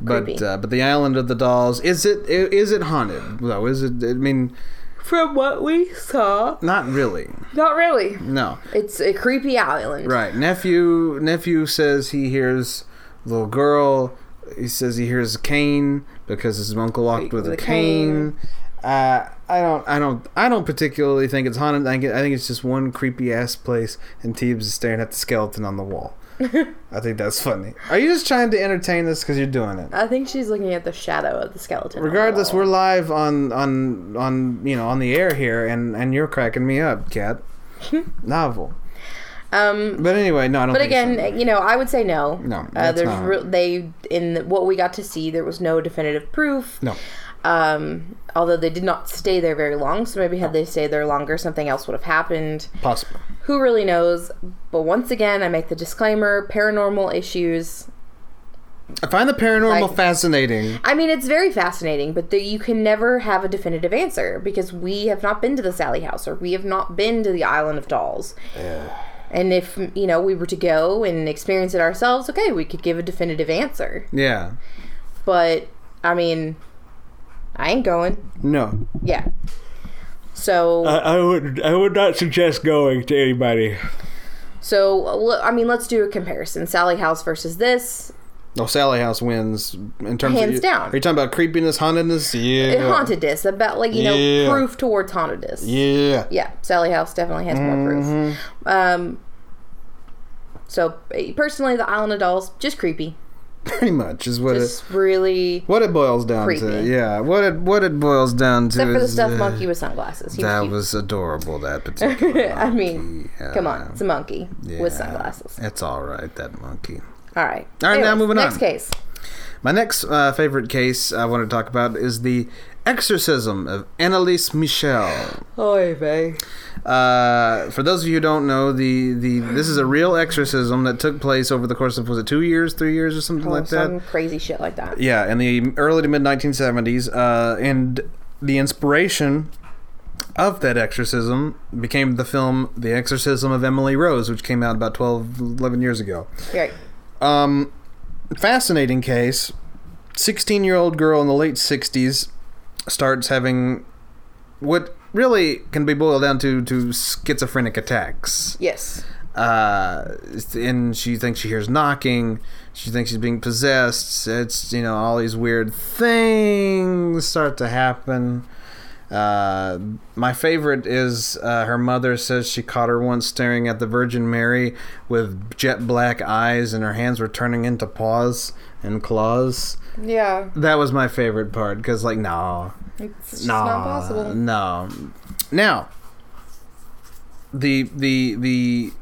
S2: But
S3: creepy.
S2: uh, but the island of the dolls is it i- is it haunted though? Is it? I mean,
S3: from what we saw,
S2: not really.
S3: not really.
S2: No.
S3: It's a creepy island.
S2: Right. Nephew nephew says he hears little girl. He says he hears a cane because his uncle walked with,
S3: With
S2: a
S3: a
S2: cane. Uh, I don't, I don't, I don't particularly think it's haunted. I, get, I think it's just one creepy ass place, and Teebs is staring at the skeleton on the wall. I think that's funny. Are you just trying to entertain this because you're doing it?
S3: I think she's looking at the shadow of the skeleton. on the
S2: Regardless,
S3: wall.
S2: we're live on on on you know on the air here, and and you're cracking me up, cat. Novel.
S3: Um,
S2: But anyway, no, I don't.
S3: but
S2: think
S3: again,
S2: so.
S3: you know, I would say no.
S2: No,
S3: uh,
S2: that's
S3: there's
S2: not.
S3: real they in the, what we got to see. There was no definitive proof.
S2: no.
S3: Um, although they did not stay there very long, so maybe had they stayed there longer, something else would have happened.
S2: Possible.
S3: Who really knows? But once again, I make the disclaimer: paranormal issues.
S2: I find the paranormal
S3: Like-
S2: fascinating.
S3: I mean, it's very fascinating, but the, you can never have a definitive answer because we have not been to the Sally House or we have not been to the Island of Dolls. And if, you know, we were to go and experience it ourselves, okay, we could give a definitive answer.
S2: Yeah.
S3: But, I mean, I ain't going.
S2: No.
S3: Yeah. So,
S2: Uh-huh.
S4: I, I would I would not suggest going to anybody.
S3: so l- I mean, let's do a comparison Sally House versus this.
S2: No, Sally House wins in terms of.
S3: Hands down. Uh,
S2: Are you talking about creepiness, hauntedness? Yeah.
S3: Hauntedness, about like, you know,
S2: Yeah.
S3: proof towards hauntedness.
S2: Yeah.
S3: yeah, Sally House definitely has more proof.
S2: Mm-hmm.
S3: Um, so eh, personally, the Island of Dolls just creepy.
S2: Pretty much is what it.
S3: Just really,
S2: What it boils down to,
S3: Creepy.
S2: yeah. What it what it boils down to
S3: except for the
S2: is
S3: stuffed
S2: uh,
S3: monkey with sunglasses. He was
S2: that
S3: cute.
S2: was adorable. That particular.
S3: I mean,
S2: monkey,
S3: come
S2: uh,
S3: on, it's a monkey with
S2: yeah.
S3: sunglasses.
S2: It's all right. That monkey.
S3: All right,
S2: All right, now moving on.
S3: Next case.
S2: My next uh, favorite case I want to talk about is the exorcism of Annalise Michel.
S3: Oy vey.
S2: Uh, for those of you who don't know, the, the this is a real exorcism that took place over the course of was it two years, three years, or something like that.
S3: Oh, Some crazy shit like that.
S2: Yeah, in the early to mid 1970s, uh, and the inspiration of that exorcism became the film The Exorcism of Emily Rose, which came out about 12, 11 years ago.
S3: Right.
S2: Um, fascinating case. 16 year old girl in the late 60s starts having what really can be boiled down to, to schizophrenic attacks.
S3: Yes.
S2: Uh, and she thinks she hears knocking. She thinks she's being possessed. It's, you know, all these weird things start to happen. Uh, my favorite is uh, her mother says she caught her once staring at the Virgin Mary with jet black eyes and her hands were turning into paws and claws.
S3: Yeah.
S2: That was my favorite part because, like, no,
S3: It's just
S2: no,
S3: not possible.
S2: no. Now, the the the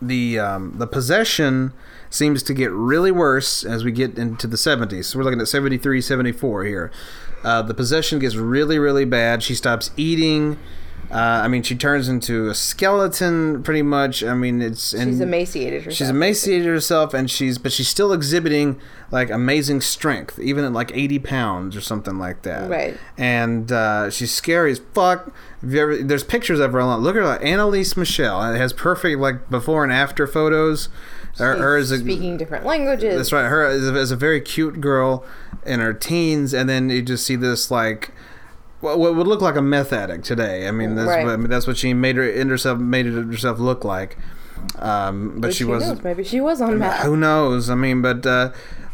S2: the um, the possession seems to get really worse as we get into the 70s. So we're looking at 73, 74 here. Uh, the possession gets really, really bad. She stops eating. Uh, I mean, she turns into a skeleton, pretty much. I mean, it's and
S3: She's emaciated herself.
S2: She's emaciated herself, and she's but she's still exhibiting like amazing strength, even at like eighty pounds or something like that.
S3: Right.
S2: And uh, she's scary as fuck. If you ever, there's pictures of her online. Look at her, Annalise Michelle. It has perfect like before and after photos. Her, her is a,
S3: speaking different languages.
S2: that's right. Her is a, is a very cute girl in her teens, and then you just see this like what what would look like a meth addict today. I mean, that's
S3: Right.
S2: what, I mean, that's what she made her in herself made it herself look like. Um, but
S3: But
S2: she
S3: who
S2: was
S3: knows? Maybe she was on meth.
S2: who knows? I mean, but uh,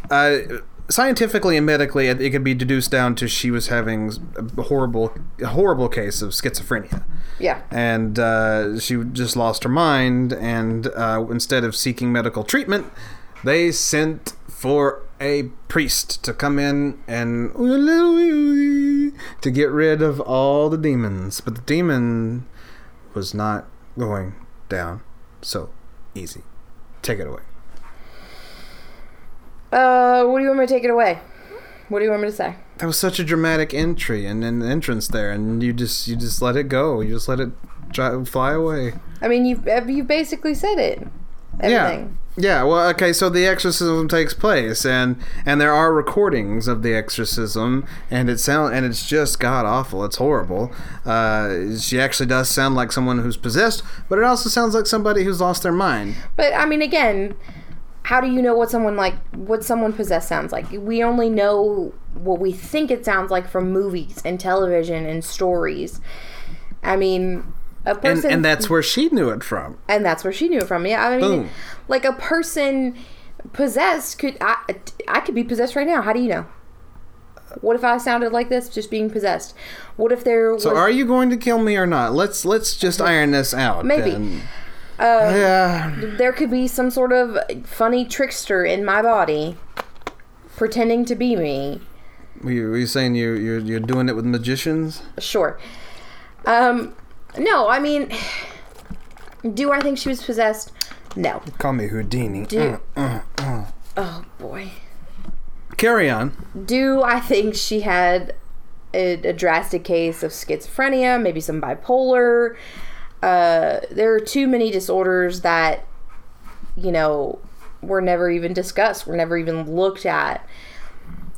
S2: uh, scientifically and medically, it, it could be deduced down to she was having a horrible, a horrible case of schizophrenia
S3: Yeah.
S2: and uh, she just lost her mind. And uh, instead of seeking medical treatment, they sent for a priest to come in and to get rid of all the demons. But the demon was not going down so easy. Take it away.
S3: Uh, what do you want me to take it away? What do you want me to say?
S2: That was such a dramatic entry and an entrance there, and you just you just let it go. You just let it dri fly away.
S3: I mean, you you basically said it. Everything.
S2: Yeah. Yeah, well, okay, so the exorcism takes place and and there are recordings of the exorcism and it sound and it's just god awful. It's horrible. Uh, she actually does sound like someone who's possessed, but it also sounds like somebody who's lost their mind.
S3: But I mean, again, how do you know what someone like what someone possessed sounds like? We only know what we think it sounds like from movies and television and stories. I mean, a
S2: And
S3: person
S2: and that's where she knew it from.
S3: and that's where she knew it from. Yeah, I mean,
S2: Boom.
S3: like a person possessed could I I could be possessed right now. How do you know? What if I sounded like this, just being possessed? What if there was
S2: So are you going to kill me or not? Let's let's just iron this out.
S3: Maybe.
S2: then.
S3: uh,
S2: Yeah.
S3: there could be some sort of funny trickster in my body pretending to be me.
S2: Were you, were you saying you you're, you're doing it with magicians?
S3: Sure. Um, no, I mean, do I think she was possessed? No.
S2: Call me Houdini. Mm.
S3: Do. Oh, boy.
S2: Carry on.
S3: Do I think she had a, a drastic case of schizophrenia, maybe some bipolar? Uh, there are too many disorders that, you know, were never even discussed, were never even looked at.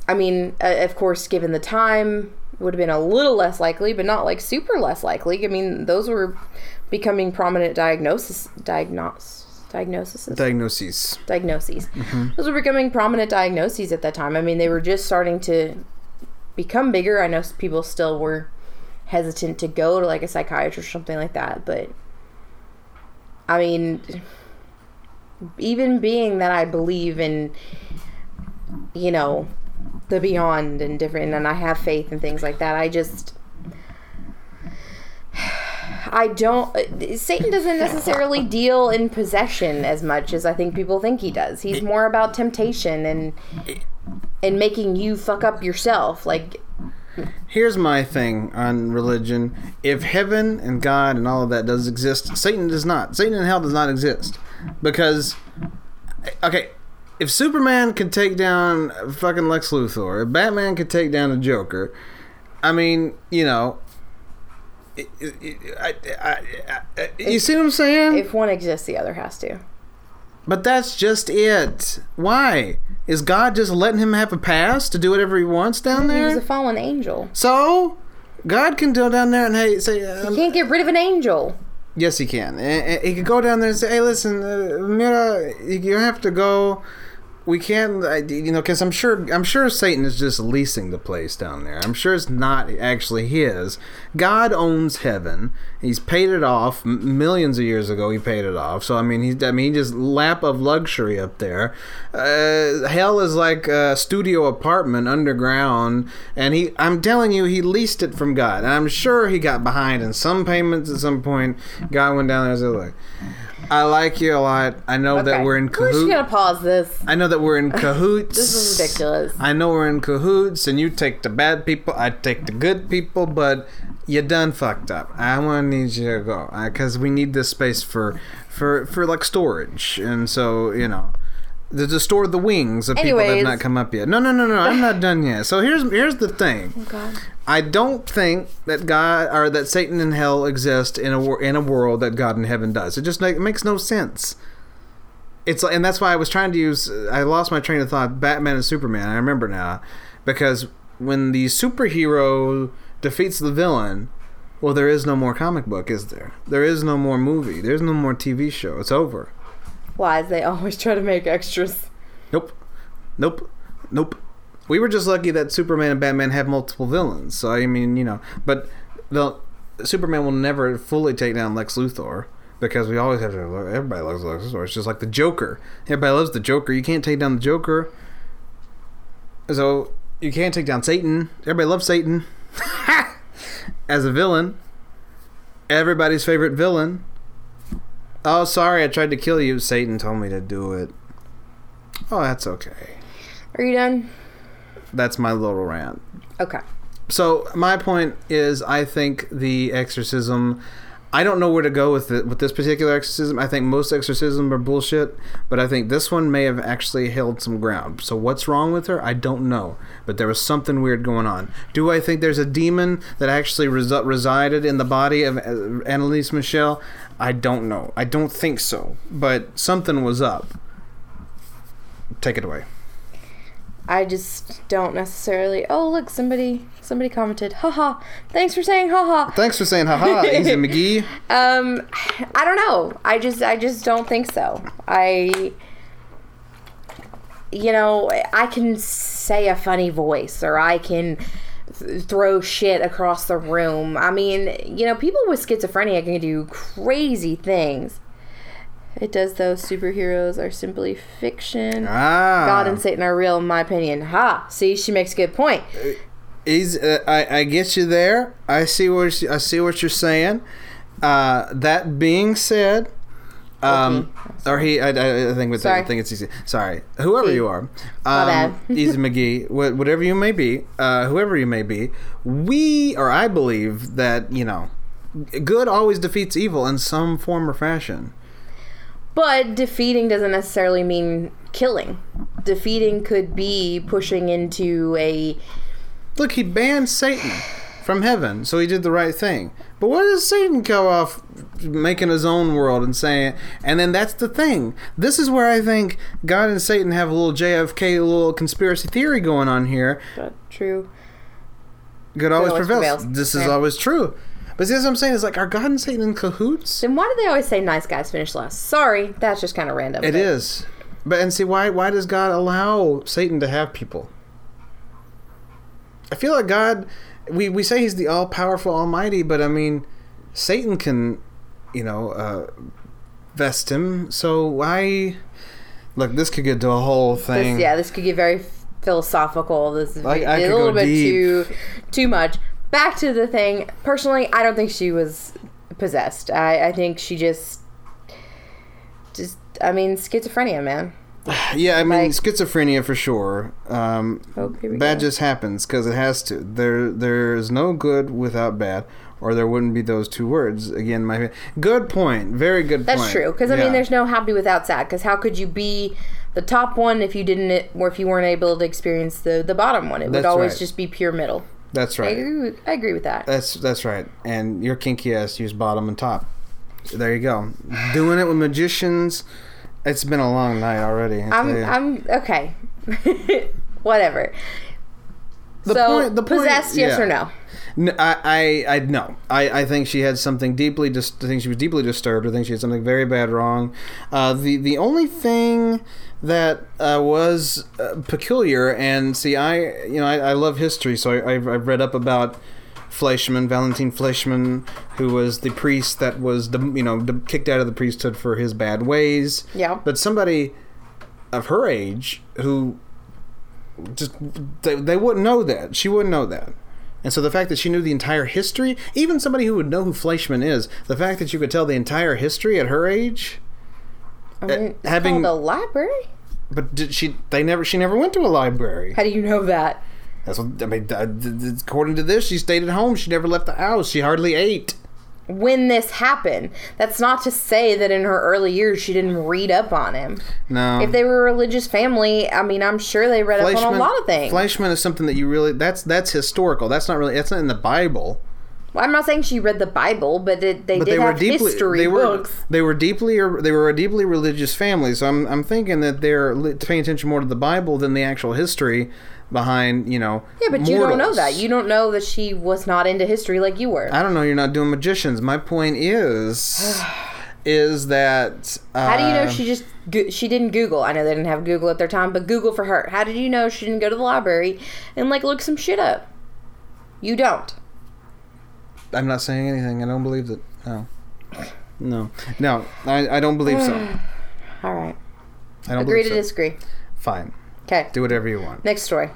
S3: I mean, uh, of course, given the time, would have been a little less likely, but not like super less likely. I mean, those were becoming prominent diagnosis diagnos diagnoses
S2: Diagnoses.
S3: diagnoses. Those were becoming prominent diagnoses at that time. I mean, they were just starting to become bigger. I know s- people still were hesitant to go to like a psychiatrist or something like that, but I mean, even being that I believe in, you know, the beyond and different, and I have faith and things like that, I just. I don't. uh, Satan doesn't necessarily deal in possession as much as I think people think he does. He's more about temptation and and making you fuck up yourself. Like,
S2: Here's my thing on religion. If heaven and God and all of that does exist, Satan does not. Satan and hell does not exist. Because, okay, if Superman could take down fucking Lex Luthor, if Batman could take down a Joker, I mean, you know. it- it- it- I, I, I, I- you see what I'm saying?
S3: if one exists, the other has to.
S2: But that's just it. Why? Is God just letting him have a pass to do whatever he wants down
S3: He
S2: there?
S3: was a fallen angel.
S2: so, God can go down there and hey, say,
S3: You
S2: um,
S3: can't get rid of an angel.
S2: yes, he can. A- a- He could go down there and say, hey, listen, uh, Mira, you- you have to go. We can't, I- you know, because I'm sure, I'm sure Satan is just leasing the place down there. I'm sure it's not actually his. God owns heaven. He's paid it off M- millions of years ago. He paid it off. So I mean, he's, I mean, he just lap of luxury up there. Uh, hell is like a studio apartment underground, and he, I'm telling you, he leased it from God, and I'm sure he got behind in some payments at some point. God went down there and said, "Look, I like you a lot. I know that
S3: Okay.
S2: we're in
S3: We're just
S2: cahoots."
S3: gonna pause this.
S2: I know that we're in cahoots.
S3: This is ridiculous.
S2: I know we're in cahoots, and you take the bad people, I take the good people, but you done fucked up. I want to need you to go because we need this space for, for, for like storage, and so you know, to, to store the wings of people that have
S3: Anyways.
S2: not come up yet. No, no, no, no, I'm not done yet. So here's here's the thing.
S3: Oh, God.
S2: I don't think that God or that Satan and hell exist in a wor- in a world that God and heaven does. It just make, makes no sense. It's like, and that's why I was trying to use. I lost my train of thought. Batman and Superman. I remember now, because when the superhero defeats the villain, well, there is no more comic book, is there? There is no more movie. There's no more TV show. It's over.
S3: Lies. They always try to make extras.
S2: Nope. Nope. Nope. We were just lucky that Superman and Batman have multiple villains. So I mean, you know, but the Superman will never fully take down Lex Luthor because we always have to. Everybody loves Lex Luthor. It's just like the Joker. Everybody loves the Joker. You can't take down the Joker. So you can't take down Satan. Everybody loves Satan as a villain. Everybody's favorite villain. Oh, sorry, I tried to kill you. Satan told me to do it. Oh, that's okay.
S3: Are you done?
S2: That's my little rant.
S3: Okay.
S2: So my point is, I think the exorcism. I don't know where to go with it with this particular exorcism. I think most exorcisms are bullshit, but I think this one may have actually held some ground. So what's wrong with her? I don't know, but there was something weird going on. Do I think there's a demon that actually resi- resided in the body of uh, Annalise Michelle? I don't know. I don't think so, but something was up. Take it away.
S3: I just don't necessarily. Oh, look, somebody somebody commented. Haha. Thanks for saying haha.
S2: Thanks for saying haha, Easy McGee.
S3: Um, I don't know. I just, I just don't think so. I, you know, I can say a funny voice or I can th- throw shit across the room. I mean, you know, people with schizophrenia can do crazy things. It does though. Superheroes are simply fiction.
S2: Ah,
S3: God and Satan are real, in my opinion. Ha! See, she makes a good point.
S2: is uh, I, I get you there. I see what you- I see what you're saying. Uh, that being said, um, or he, I, I, I think with
S3: Sorry.
S2: I think it's easy. Sorry, whoever
S3: See.
S2: you are,
S3: My
S2: um,
S3: bad.
S2: Easy McGee, wh- whatever you may be, uh, whoever you may be, we or I believe that you know, good always defeats evil in some form or fashion.
S3: But defeating doesn't necessarily mean killing. Defeating could be pushing into a
S2: Look, he banned Satan. from heaven, so he did the right thing. But why does Satan go off making his own world and saying, and then that's the thing. This is where I think God and Satan have a little JFK, a little conspiracy theory going on here.
S3: But true.
S2: Good always,
S3: always
S2: prevails.
S3: prevails.
S2: This is
S3: Yeah.
S2: always true. But see, that's what I'm saying. Is like, are God and Satan in cahoots?
S3: Then why do they always say nice guys finish last? Sorry, that's just kind of random.
S2: It
S3: but-
S2: is. But and see why why does God allow Satan to have people? I feel like God we, we say he's the all powerful almighty, but I mean Satan can, you know, uh vest him. So why look, this could get to a whole thing.
S3: This, yeah, this could get very philosophical. This is
S2: Like, I
S3: a
S2: could
S3: little
S2: go
S3: bit
S2: deep.
S3: too too much. Back to the thing. Personally, I don't think she was possessed. I, I think she just just I mean schizophrenia, man.
S2: Yeah, I mean
S3: Like-
S2: schizophrenia for sure. Um,
S3: Oh, here we
S2: bad
S3: go.
S2: just happens because it has to. There, there is no good without bad, or there wouldn't be those two words. Again, my good point. Very good.
S3: That's
S2: point.
S3: true. Because I
S2: Yeah.
S3: mean, there's no happy without sad. Because how could you be the top one if you didn't or if you weren't able to experience the the bottom one? It would
S2: That's
S3: always
S2: right.
S3: just be pure middle.
S2: That's
S3: I
S2: right.
S3: agree, with- I agree with that.
S2: That's that's right. And your kinky ass used bottom and top. There you go. Doing it with magicians. It's been a long night already. I
S3: I'm
S2: tell ya.
S3: I'm okay. Whatever.
S2: The
S3: so
S2: point- the point-
S3: possessed, yes
S2: yeah.
S3: or no?
S2: N- I, I, I no. I, I think she had something deeply. Dis- I think she was deeply disturbed. I think she had something very bad wrong. Uh, the the only thing that uh, was uh, peculiar, and see, I you know I, I love history, so I, I've, I've read up about Fleischmann, Valentine Fleischmann, who was the priest that was the you know dem- kicked out of the priesthood for his bad ways.
S3: Yeah.
S2: But somebody of her age who just they, they wouldn't know that she wouldn't know that and so the fact that she knew the entire history even somebody who would know who fleischman is the fact that you could tell the entire history at her age
S3: I mean, it's
S2: Uh, having-
S3: called a library.
S2: but did she they never she never went to a library
S3: How do you know that?
S2: that's what i mean uh, th- th- according to this she stayed at home she never left the house she hardly ate
S3: When this happened, that's not to say that in her early years she didn't read up on him.
S2: no
S3: If they were a religious family, I mean, I'm sure they read up on a lot of things.
S2: Fleischman is something that you really that's that's historical that's not really that's not in the bible
S3: Well, I'm not saying she read the Bible, but it, they
S2: but
S3: did
S2: they were
S3: have
S2: deeply
S3: history
S2: they were
S3: books.
S2: they were deeply they were a deeply religious family so i'm i'm thinking that they're li- paying attention more to the bible than the actual history behind you know
S3: Yeah, but you don't know
S2: mortals.
S3: that. You don't know that she was not into history like you were.
S2: i don't know you're not doing magicians my point is is that uh,
S3: How do you know she just go- she didn't Google? I know they didn't have Google at their time, but Google for her. How did you know she didn't go to the library and like look some shit up? You don't.
S2: i'm not saying anything i don't believe that no no no i, I don't believe so
S3: All right.
S2: i don't
S3: Agree
S2: believe
S3: to
S2: so
S3: disagree.
S2: fine
S3: Okay.
S2: do whatever you want
S3: Next story.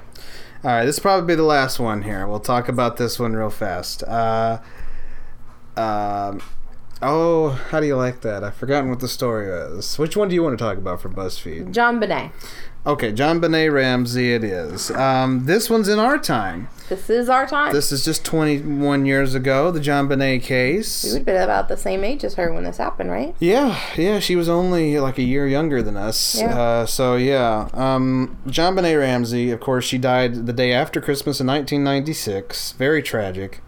S2: All right, this will probably be the last one here. We'll talk about this one real fast. Uh, um, oh, how do you like that? I've forgotten what the story was. Which one do you want to talk about for BuzzFeed?
S3: John Bonet.
S2: Okay, John Benet Ramsey, it is. Um, this one's in our time.
S3: This is our time.
S2: This is just 21 years ago, the John Benet
S3: we
S2: case.
S3: would have been about the same age as her when this happened, right?
S2: Yeah, yeah, she was only like a year younger than us.
S3: Yeah.
S2: Uh, so yeah, um, John Benet Ramsey, of course, she died the day after Christmas in 1996. Very tragic.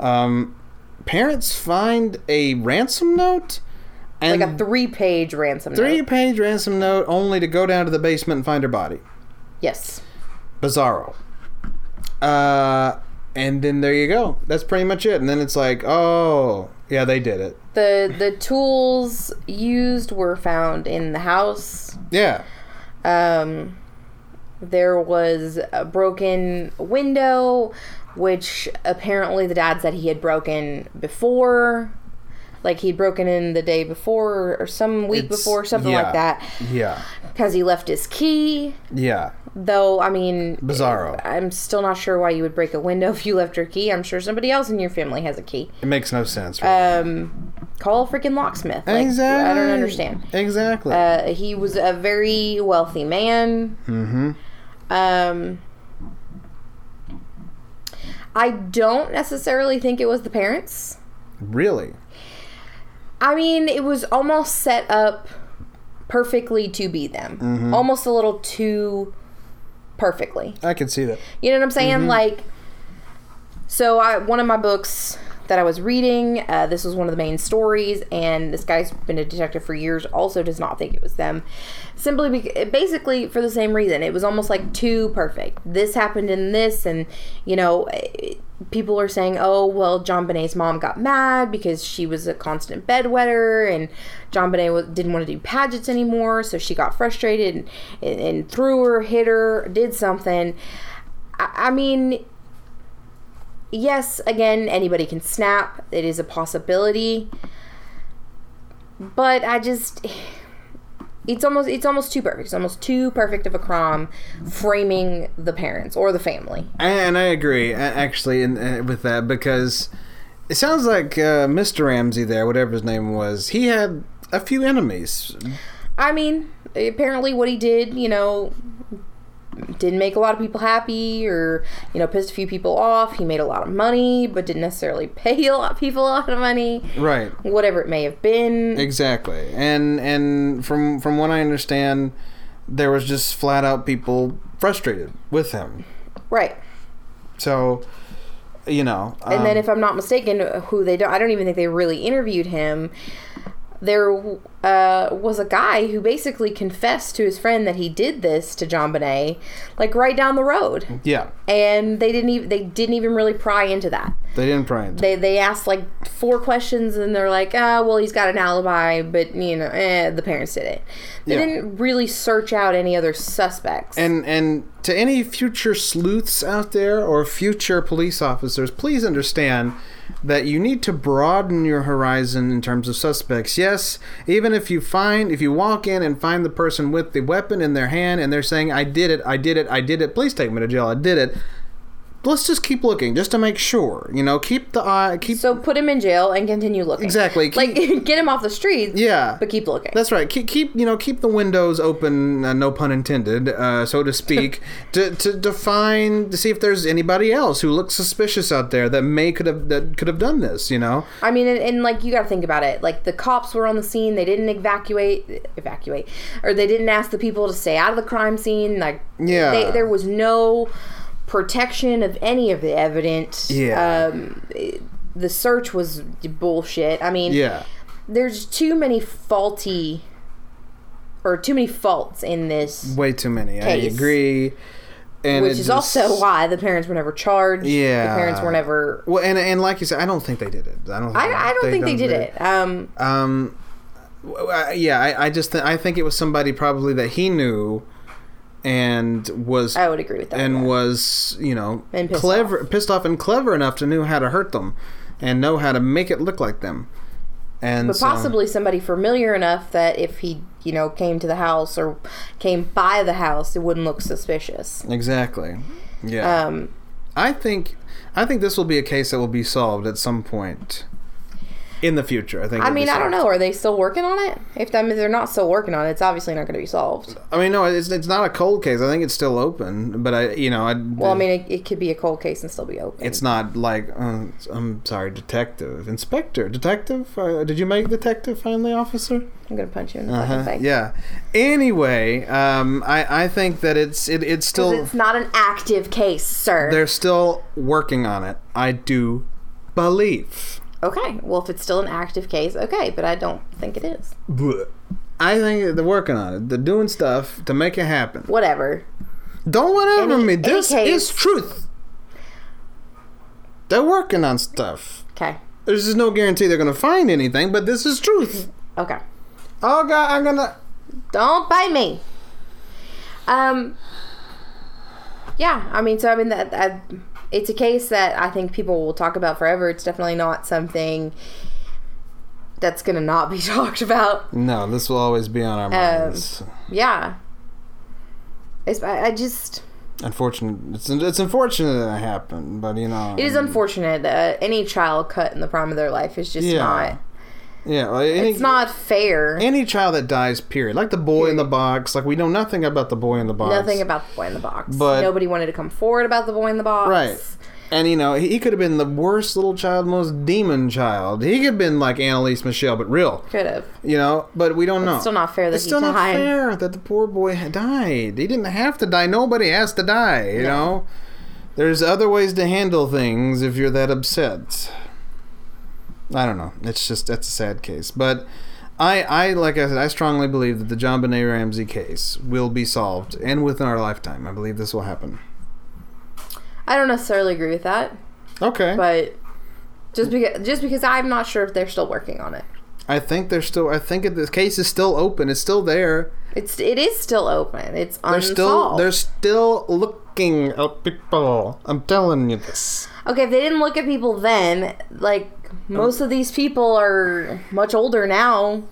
S2: Um, parents find a ransom note and
S3: Like a three-page ransom
S2: three
S3: note.
S2: page ransom note only to go down to the basement and find her body.
S3: Yes.
S2: Bizarro. Uh, and then there you go. That's pretty much it. And then it's like, oh, yeah, they did it.
S3: The the tools used were found in the house.
S2: Yeah.
S3: Um, there was a broken window, which apparently the dad said he had broken before. Like he'd broken in the day before or some week
S2: It's-
S3: before, something
S2: yeah.
S3: like that,
S2: Yeah.
S3: because he left his key.
S2: Yeah.
S3: Though, I mean,
S2: Bizarro.
S3: I'm still not sure why you would break a window if you left your key. I'm sure somebody else in your family has a key.
S2: It makes no sense. Really.
S3: Um, call a freaking locksmith. Like, I don't understand.
S2: Exactly.
S3: Uh, he was a very wealthy man. Mm-hmm. Um, I don't necessarily think it was the parents.
S2: really?
S3: I mean, it was almost set up perfectly to be them, almost a little too perfectly.
S2: I can see that.
S3: You know what I'm saying? Like, So I, one of my books that I was reading, uh, this was one of the main stories, and this guy's been a detective for years. Also, does not think it was them, simply bec basically for the same reason. It was almost like too perfect. This happened in this, and you know, it, people are saying, "Oh, well, John Bonet's mom got mad because she was a constant bedwetter, and John Bonet wa- didn't want to do Pagets anymore, so she got frustrated and, and, and threw her, hit her, did something." I, I mean, yes, again, anybody can snap. It is a possibility. But I just it's almost it's almost too perfect. It's almost too perfect of a crime framing the parents or the family.
S2: And I agree, a- actually, in, uh, with that because it sounds like uh, Mr. Ramsey there, whatever his name was, he had a few enemies.
S3: I mean, apparently what he did, you know, didn't make a lot of people happy or, you know, pissed a few people off. He made a lot of money, but didn't necessarily pay a lot of people a lot of money.
S2: Right.
S3: Whatever it may have been.
S2: Exactly. And and from from what I understand, there was just flat out people frustrated with him.
S3: right.
S2: So, you know,
S3: and then
S2: um,
S3: if I'm not mistaken, who they don't, I don't even think they really interviewed him. There uh, was a guy who basically confessed to his friend that he did this to John Bonet, like right down the road,
S2: yeah,
S3: and they didn't even they didn't even really pry into that.
S2: they didn't pry into. it.
S3: They they asked like four questions, and they're like, ah, well, he's got an alibi, but you know, eh, the parents did it. They
S2: Yeah.
S3: didn't really search out any other suspects.
S2: And and to any future sleuths out there or future police officers, please understand that you need to broaden your horizon in terms of suspects. Yes, even if you find if you walk in and find the person with the weapon in their hand and they're saying I did it, I did it, I did it, please take me to jail. I did it. Let's just keep looking just to make sure. You know, keep the eye keep
S3: so put him in jail and continue looking.
S2: Exactly.
S3: Like get him off the streets.
S2: Yeah.
S3: But keep looking.
S2: That's right. Keep, keep you know keep the windows open, uh, no pun intended, uh, so to speak, to to define to see if there's anybody else who looks suspicious out there that may could have that could have done this. You know,
S3: I mean, and, and like you got to think about it. Like the cops were on the scene; they didn't evacuate, evacuate, or they didn't ask the people to stay out of the crime scene. Like,
S2: Yeah.
S3: they, there was no protection of any of the evidence.
S2: Yeah.
S3: um, it- the search was bullshit. I mean,
S2: yeah,
S3: there's too many faulty or too many faults in this,
S2: way too many. I
S3: Case.
S2: agree. And
S3: which
S2: it
S3: is
S2: just-
S3: also why the parents were never charged.
S2: Yeah.
S3: the parents were never.
S2: well, and and like you said, I don't think they did it. I don't. Think
S3: I, I don't think they did it. Um,
S2: Um, w- I- yeah, I, I just th- I think it was somebody probably that he knew, and was
S3: I would agree with that.
S2: and was you know
S3: And pissed
S2: clever
S3: off.
S2: pissed off and clever enough to know how to hurt them and know how to make it look like them and
S3: but
S2: so-
S3: possibly somebody familiar enough that if he you know came to the house or came by the house it wouldn't look suspicious
S2: exactly yeah
S3: um
S2: i think i think this will be a case that will be solved at some point in the future i think
S3: i
S2: it'll be
S3: mean i
S2: solved.
S3: don't know are they still working on it if them if they're not still working on it it's obviously not going to be solved
S2: i mean no it's, it's not a cold case i think it's still open but i you know i
S3: well i mean it, it could be a cold case and still be open
S2: it's not like uh, i'm sorry detective inspector detective uh, did you make detective finally officer
S3: i'm going to punch you in the
S2: Uh-huh,
S3: fucking face
S2: Yeah. Anyway, um, I I think that it's it, it's
S3: 'Cause
S2: still
S3: it's not an active case sir
S2: they're still working on it. I do believe.
S3: okay well if it's still an active case okay but i don't think it is
S2: Blech. I think that they're working on it. They're doing stuff to make it happen.
S3: whatever
S2: Don't whatever
S3: Any-
S2: me.
S3: any
S2: This
S3: case.
S2: is truth. They're working on stuff.
S3: okay
S2: There's just no guarantee they're gonna find anything, but this is truth.
S3: okay
S2: Oh God, I'm gonna.
S3: Don't bite me. Um. Yeah, I mean, so I mean that, that it's a case that I think people will talk about forever. It's definitely not something that's gonna not be talked about.
S2: No, this will always be on
S3: Um,
S2: our minds.
S3: Yeah. It's, I, I just
S2: unfortunate. It's it's unfortunate that it happened, but you know
S3: it is unfortunate. Uh, any child cut in the prime of their life is just
S2: Yeah.
S3: not.
S2: Yeah, well, any,
S3: It's not fair.
S2: any child that dies. Period. Like the boy in the box. Like we know nothing about the boy in the box.
S3: Nothing about the boy in the box.
S2: But-
S3: Nobody wanted to come forward about the boy in the box.
S2: right. And you know he, he could have been the worst little child, most demon child. He could have been like Annalise Michelle, but real.
S3: Could have.
S2: You know, but we don't know.
S3: still not fair that
S2: Oh. it's
S3: he
S2: still not
S3: died.
S2: fair that the poor boy had died. He didn't have to die. Nobody has to die. You know. There's other ways to handle things if you're that upset. I don't know. It's just that's a sad case, but I, I like I said, I strongly believe that the John Benet Ramsey case will be solved, and within our lifetime, I believe this will happen.
S3: I don't necessarily agree with that,
S2: Okay,
S3: but just because just because I'm not sure if they're still working on it.
S2: I think there's still. I think the case is still open. It's still there.
S3: It's it is still open. It's
S2: They're still
S3: unsolved.
S2: they're still looking at people. I'm telling you this.
S3: okay, if they didn't look at people then, like most of these people are much older now,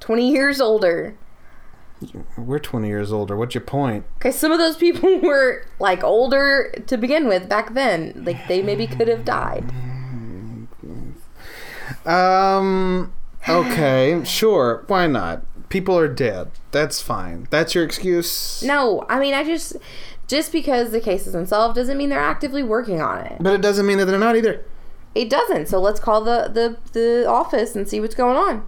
S3: twenty years older.
S2: We're 20 years older. What's your point?
S3: Okay, some of those people were like older to begin with back then. Like they maybe could have died.
S2: Um. Okay. sure. Why not? People are dead. That's fine. That's your excuse.
S3: No, I mean I just just because the case is unsolved doesn't mean they're actively working on it.
S2: But it doesn't mean that they're not either.
S3: It doesn't. So let's call the the the office and see what's going on.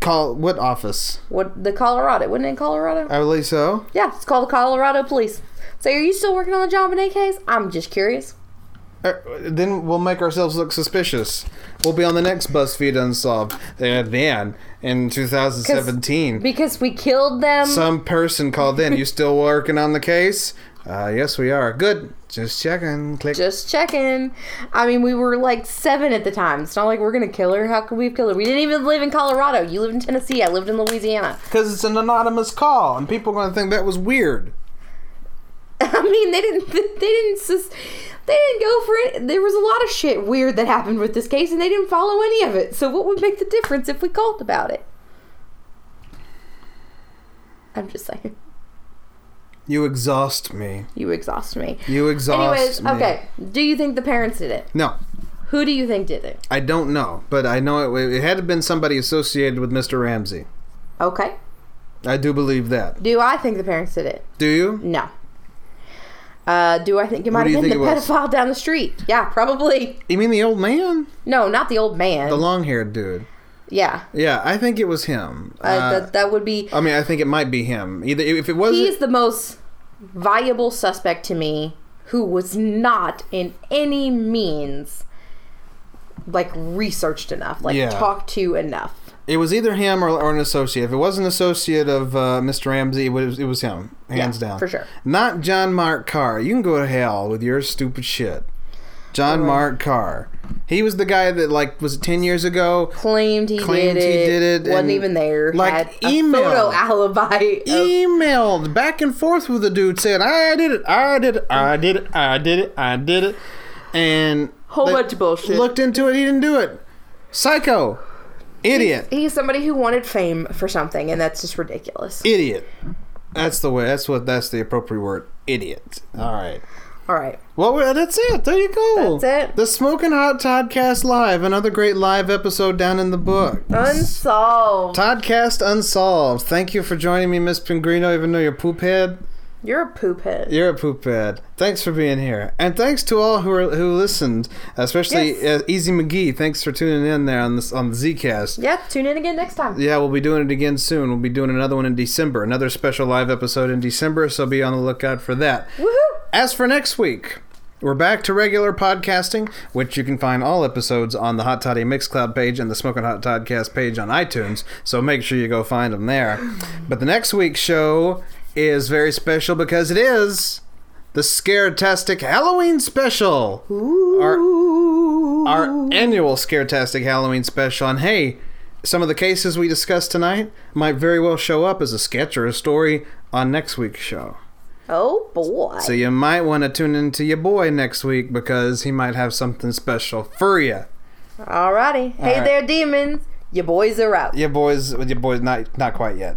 S2: Call what office?
S3: What the Colorado? Wasn't it in Colorado?
S2: I believe so.
S3: Yeah, it's called the Colorado Police. Say, are you still working on the John Bonet case? I'm just curious.
S2: Uh, then we'll make ourselves look suspicious. We'll be on the next BuzzFeed Unsolved. Uh, then, in 2017,
S3: Because we killed them.
S2: some person called in. You still working on the case? Uh, yes, we are. Good. Just checking. Click.
S3: just checking. I mean, we were like seven at the time. It's not like we're gonna kill her. How could we have killed her? We didn't even live in Colorado. You lived in Tennessee. I lived in Louisiana.
S2: Because it's an anonymous call, and people are going to think that was weird.
S3: I mean, they didn't. They didn't. Sus- they didn't go for it. There was a lot of shit weird that happened with this case, and they didn't follow any of it. So, what would make the difference if we called about it? I'm just saying.
S2: You exhaust me.
S3: You exhaust me.
S2: You exhaust
S3: Anyways,
S2: me.
S3: okay. Do you think the parents did it?
S2: No,
S3: Who do you think did it?
S2: I don't know, but I know it, it had been somebody associated with Mr. Ramsey.
S3: Okay.
S2: I do believe that.
S3: Do I think the parents did it?
S2: Do you?
S3: No. Uh, do I think it
S2: What
S3: might
S2: do
S3: have
S2: you
S3: been the
S2: think it was?
S3: pedophile down the street? Yeah, probably.
S2: You mean the old man?
S3: No, not the old man.
S2: The long haired dude.
S3: yeah,
S2: Yeah, I think it was him.
S3: uh,
S2: Uh,
S3: that, that would be.
S2: I mean, I think it might be him. Either if it was,
S3: He's the most viable suspect to me, who was not in any means like researched enough, like
S2: Yeah.
S3: talked to enough.
S2: it was either him or, or an associate. If it was an associate of uh, Mr. Ramsey, it was, it was him, hands
S3: Yeah,
S2: down,
S3: for sure.
S2: Not John Mark Carr. You can go to hell with your stupid shit. John Mark Carr. He was the guy that like was it ten years ago.
S3: Claimed he
S2: Claimed
S3: did
S2: he
S3: it.
S2: did it
S3: Wasn't
S2: and-
S3: even there.
S2: like,
S3: had a
S2: email. E-
S3: photo alibi. of-
S2: Emailed back and forth with the dude saying, "I did it, I did it, I did it, I did it, I did it," and
S3: Whole
S2: they
S3: bunch of bullshit.
S2: Looked into it, he didn't do it. Psycho, idiot.
S3: He's somebody who wanted fame for something, and that's just ridiculous.
S2: idiot. That's the way. That's what. That's the appropriate word. Idiot. All right.
S3: All right.
S2: Well, we- that's it. There you go.
S3: That's it.
S2: The Smoking Hot Toddcast Live, another great live episode down in the book.
S3: Unsolved.
S2: Toddcast Unsolved. Thank you for joining me, Miss Pingrino, even though you're poop head.
S3: You're a poop head.
S2: You're a poop head. Thanks for being here. And thanks to all who are, who listened, especially
S3: Yes.
S2: uh, Easy McGee. Thanks for tuning in there on this on the Zcast.
S3: Yeah, tune in again next time.
S2: Yeah, we'll be doing it again soon. We'll be doing another one in December, another special live episode in December, so be on the lookout for that.
S3: Woohoo!
S2: As for next week, we're back to regular podcasting, which you can find all episodes on the Hot Toddy Mixcloud page and the Smoking Hot Toddcast page on iTunes, so make sure you go find them there. But the next week's show is very special because it is the Scaretastic Halloween special. Our, our annual Scaretastic Halloween special. And hey, some of the cases we discussed tonight might very well show up as a sketch or a story on next week's show.
S3: Oh boy.
S2: So you might want to tune in to your boy next week because he might have something special for you.
S3: Alrighty. Hey
S2: right.
S3: there, demons. Your boys are out.
S2: Your boys, your boys, not not quite yet.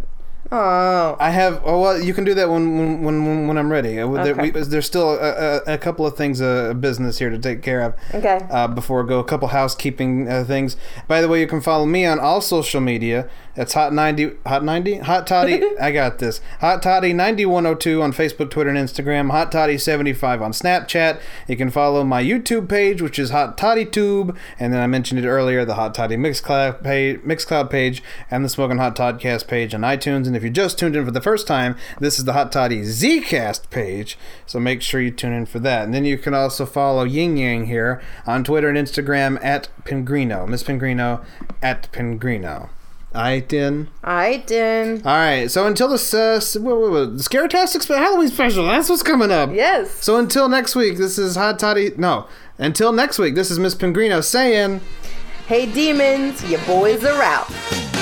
S3: Oh.
S2: I have. Oh well, you can do that when when when, when I'm ready. Uh, There, we,
S3: Okay.
S2: there's still a, a, a couple of things uh, business here to take care of.
S3: Okay.
S2: Uh, before I go, a couple housekeeping uh, things. By the way, you can follow me on all social media. That's hot ninety, hot ninety, hot toddy. I got this. Hot toddy ninety one zero two on Facebook, Twitter, and Instagram. Hot toddy seventy five on Snapchat. You can follow my YouTube page, which is Hot Toddy Tube, and then I mentioned it earlier, the Hot Toddy Mixcloud page, Mixcloud page, and the Smoking Hot Toddcast page on iTunes. And And if you just tuned in for the first time, this is the Hot Toddy Zcast page. So make sure you tune in for that. And then you can also follow Ying Yang here on Twitter and Instagram at Pingrino. Miss Pingrino at Pingrino. I did.
S3: I didn't.
S2: All right. So until this, uh, s- whoa, whoa, whoa, Scaratastic spe- Halloween special. That's what's coming up.
S3: Yes.
S2: So until next week, this is Hot Toddy. No, until next week, this is Miss Pingrino saying.
S3: Hey, demons, your boys are out.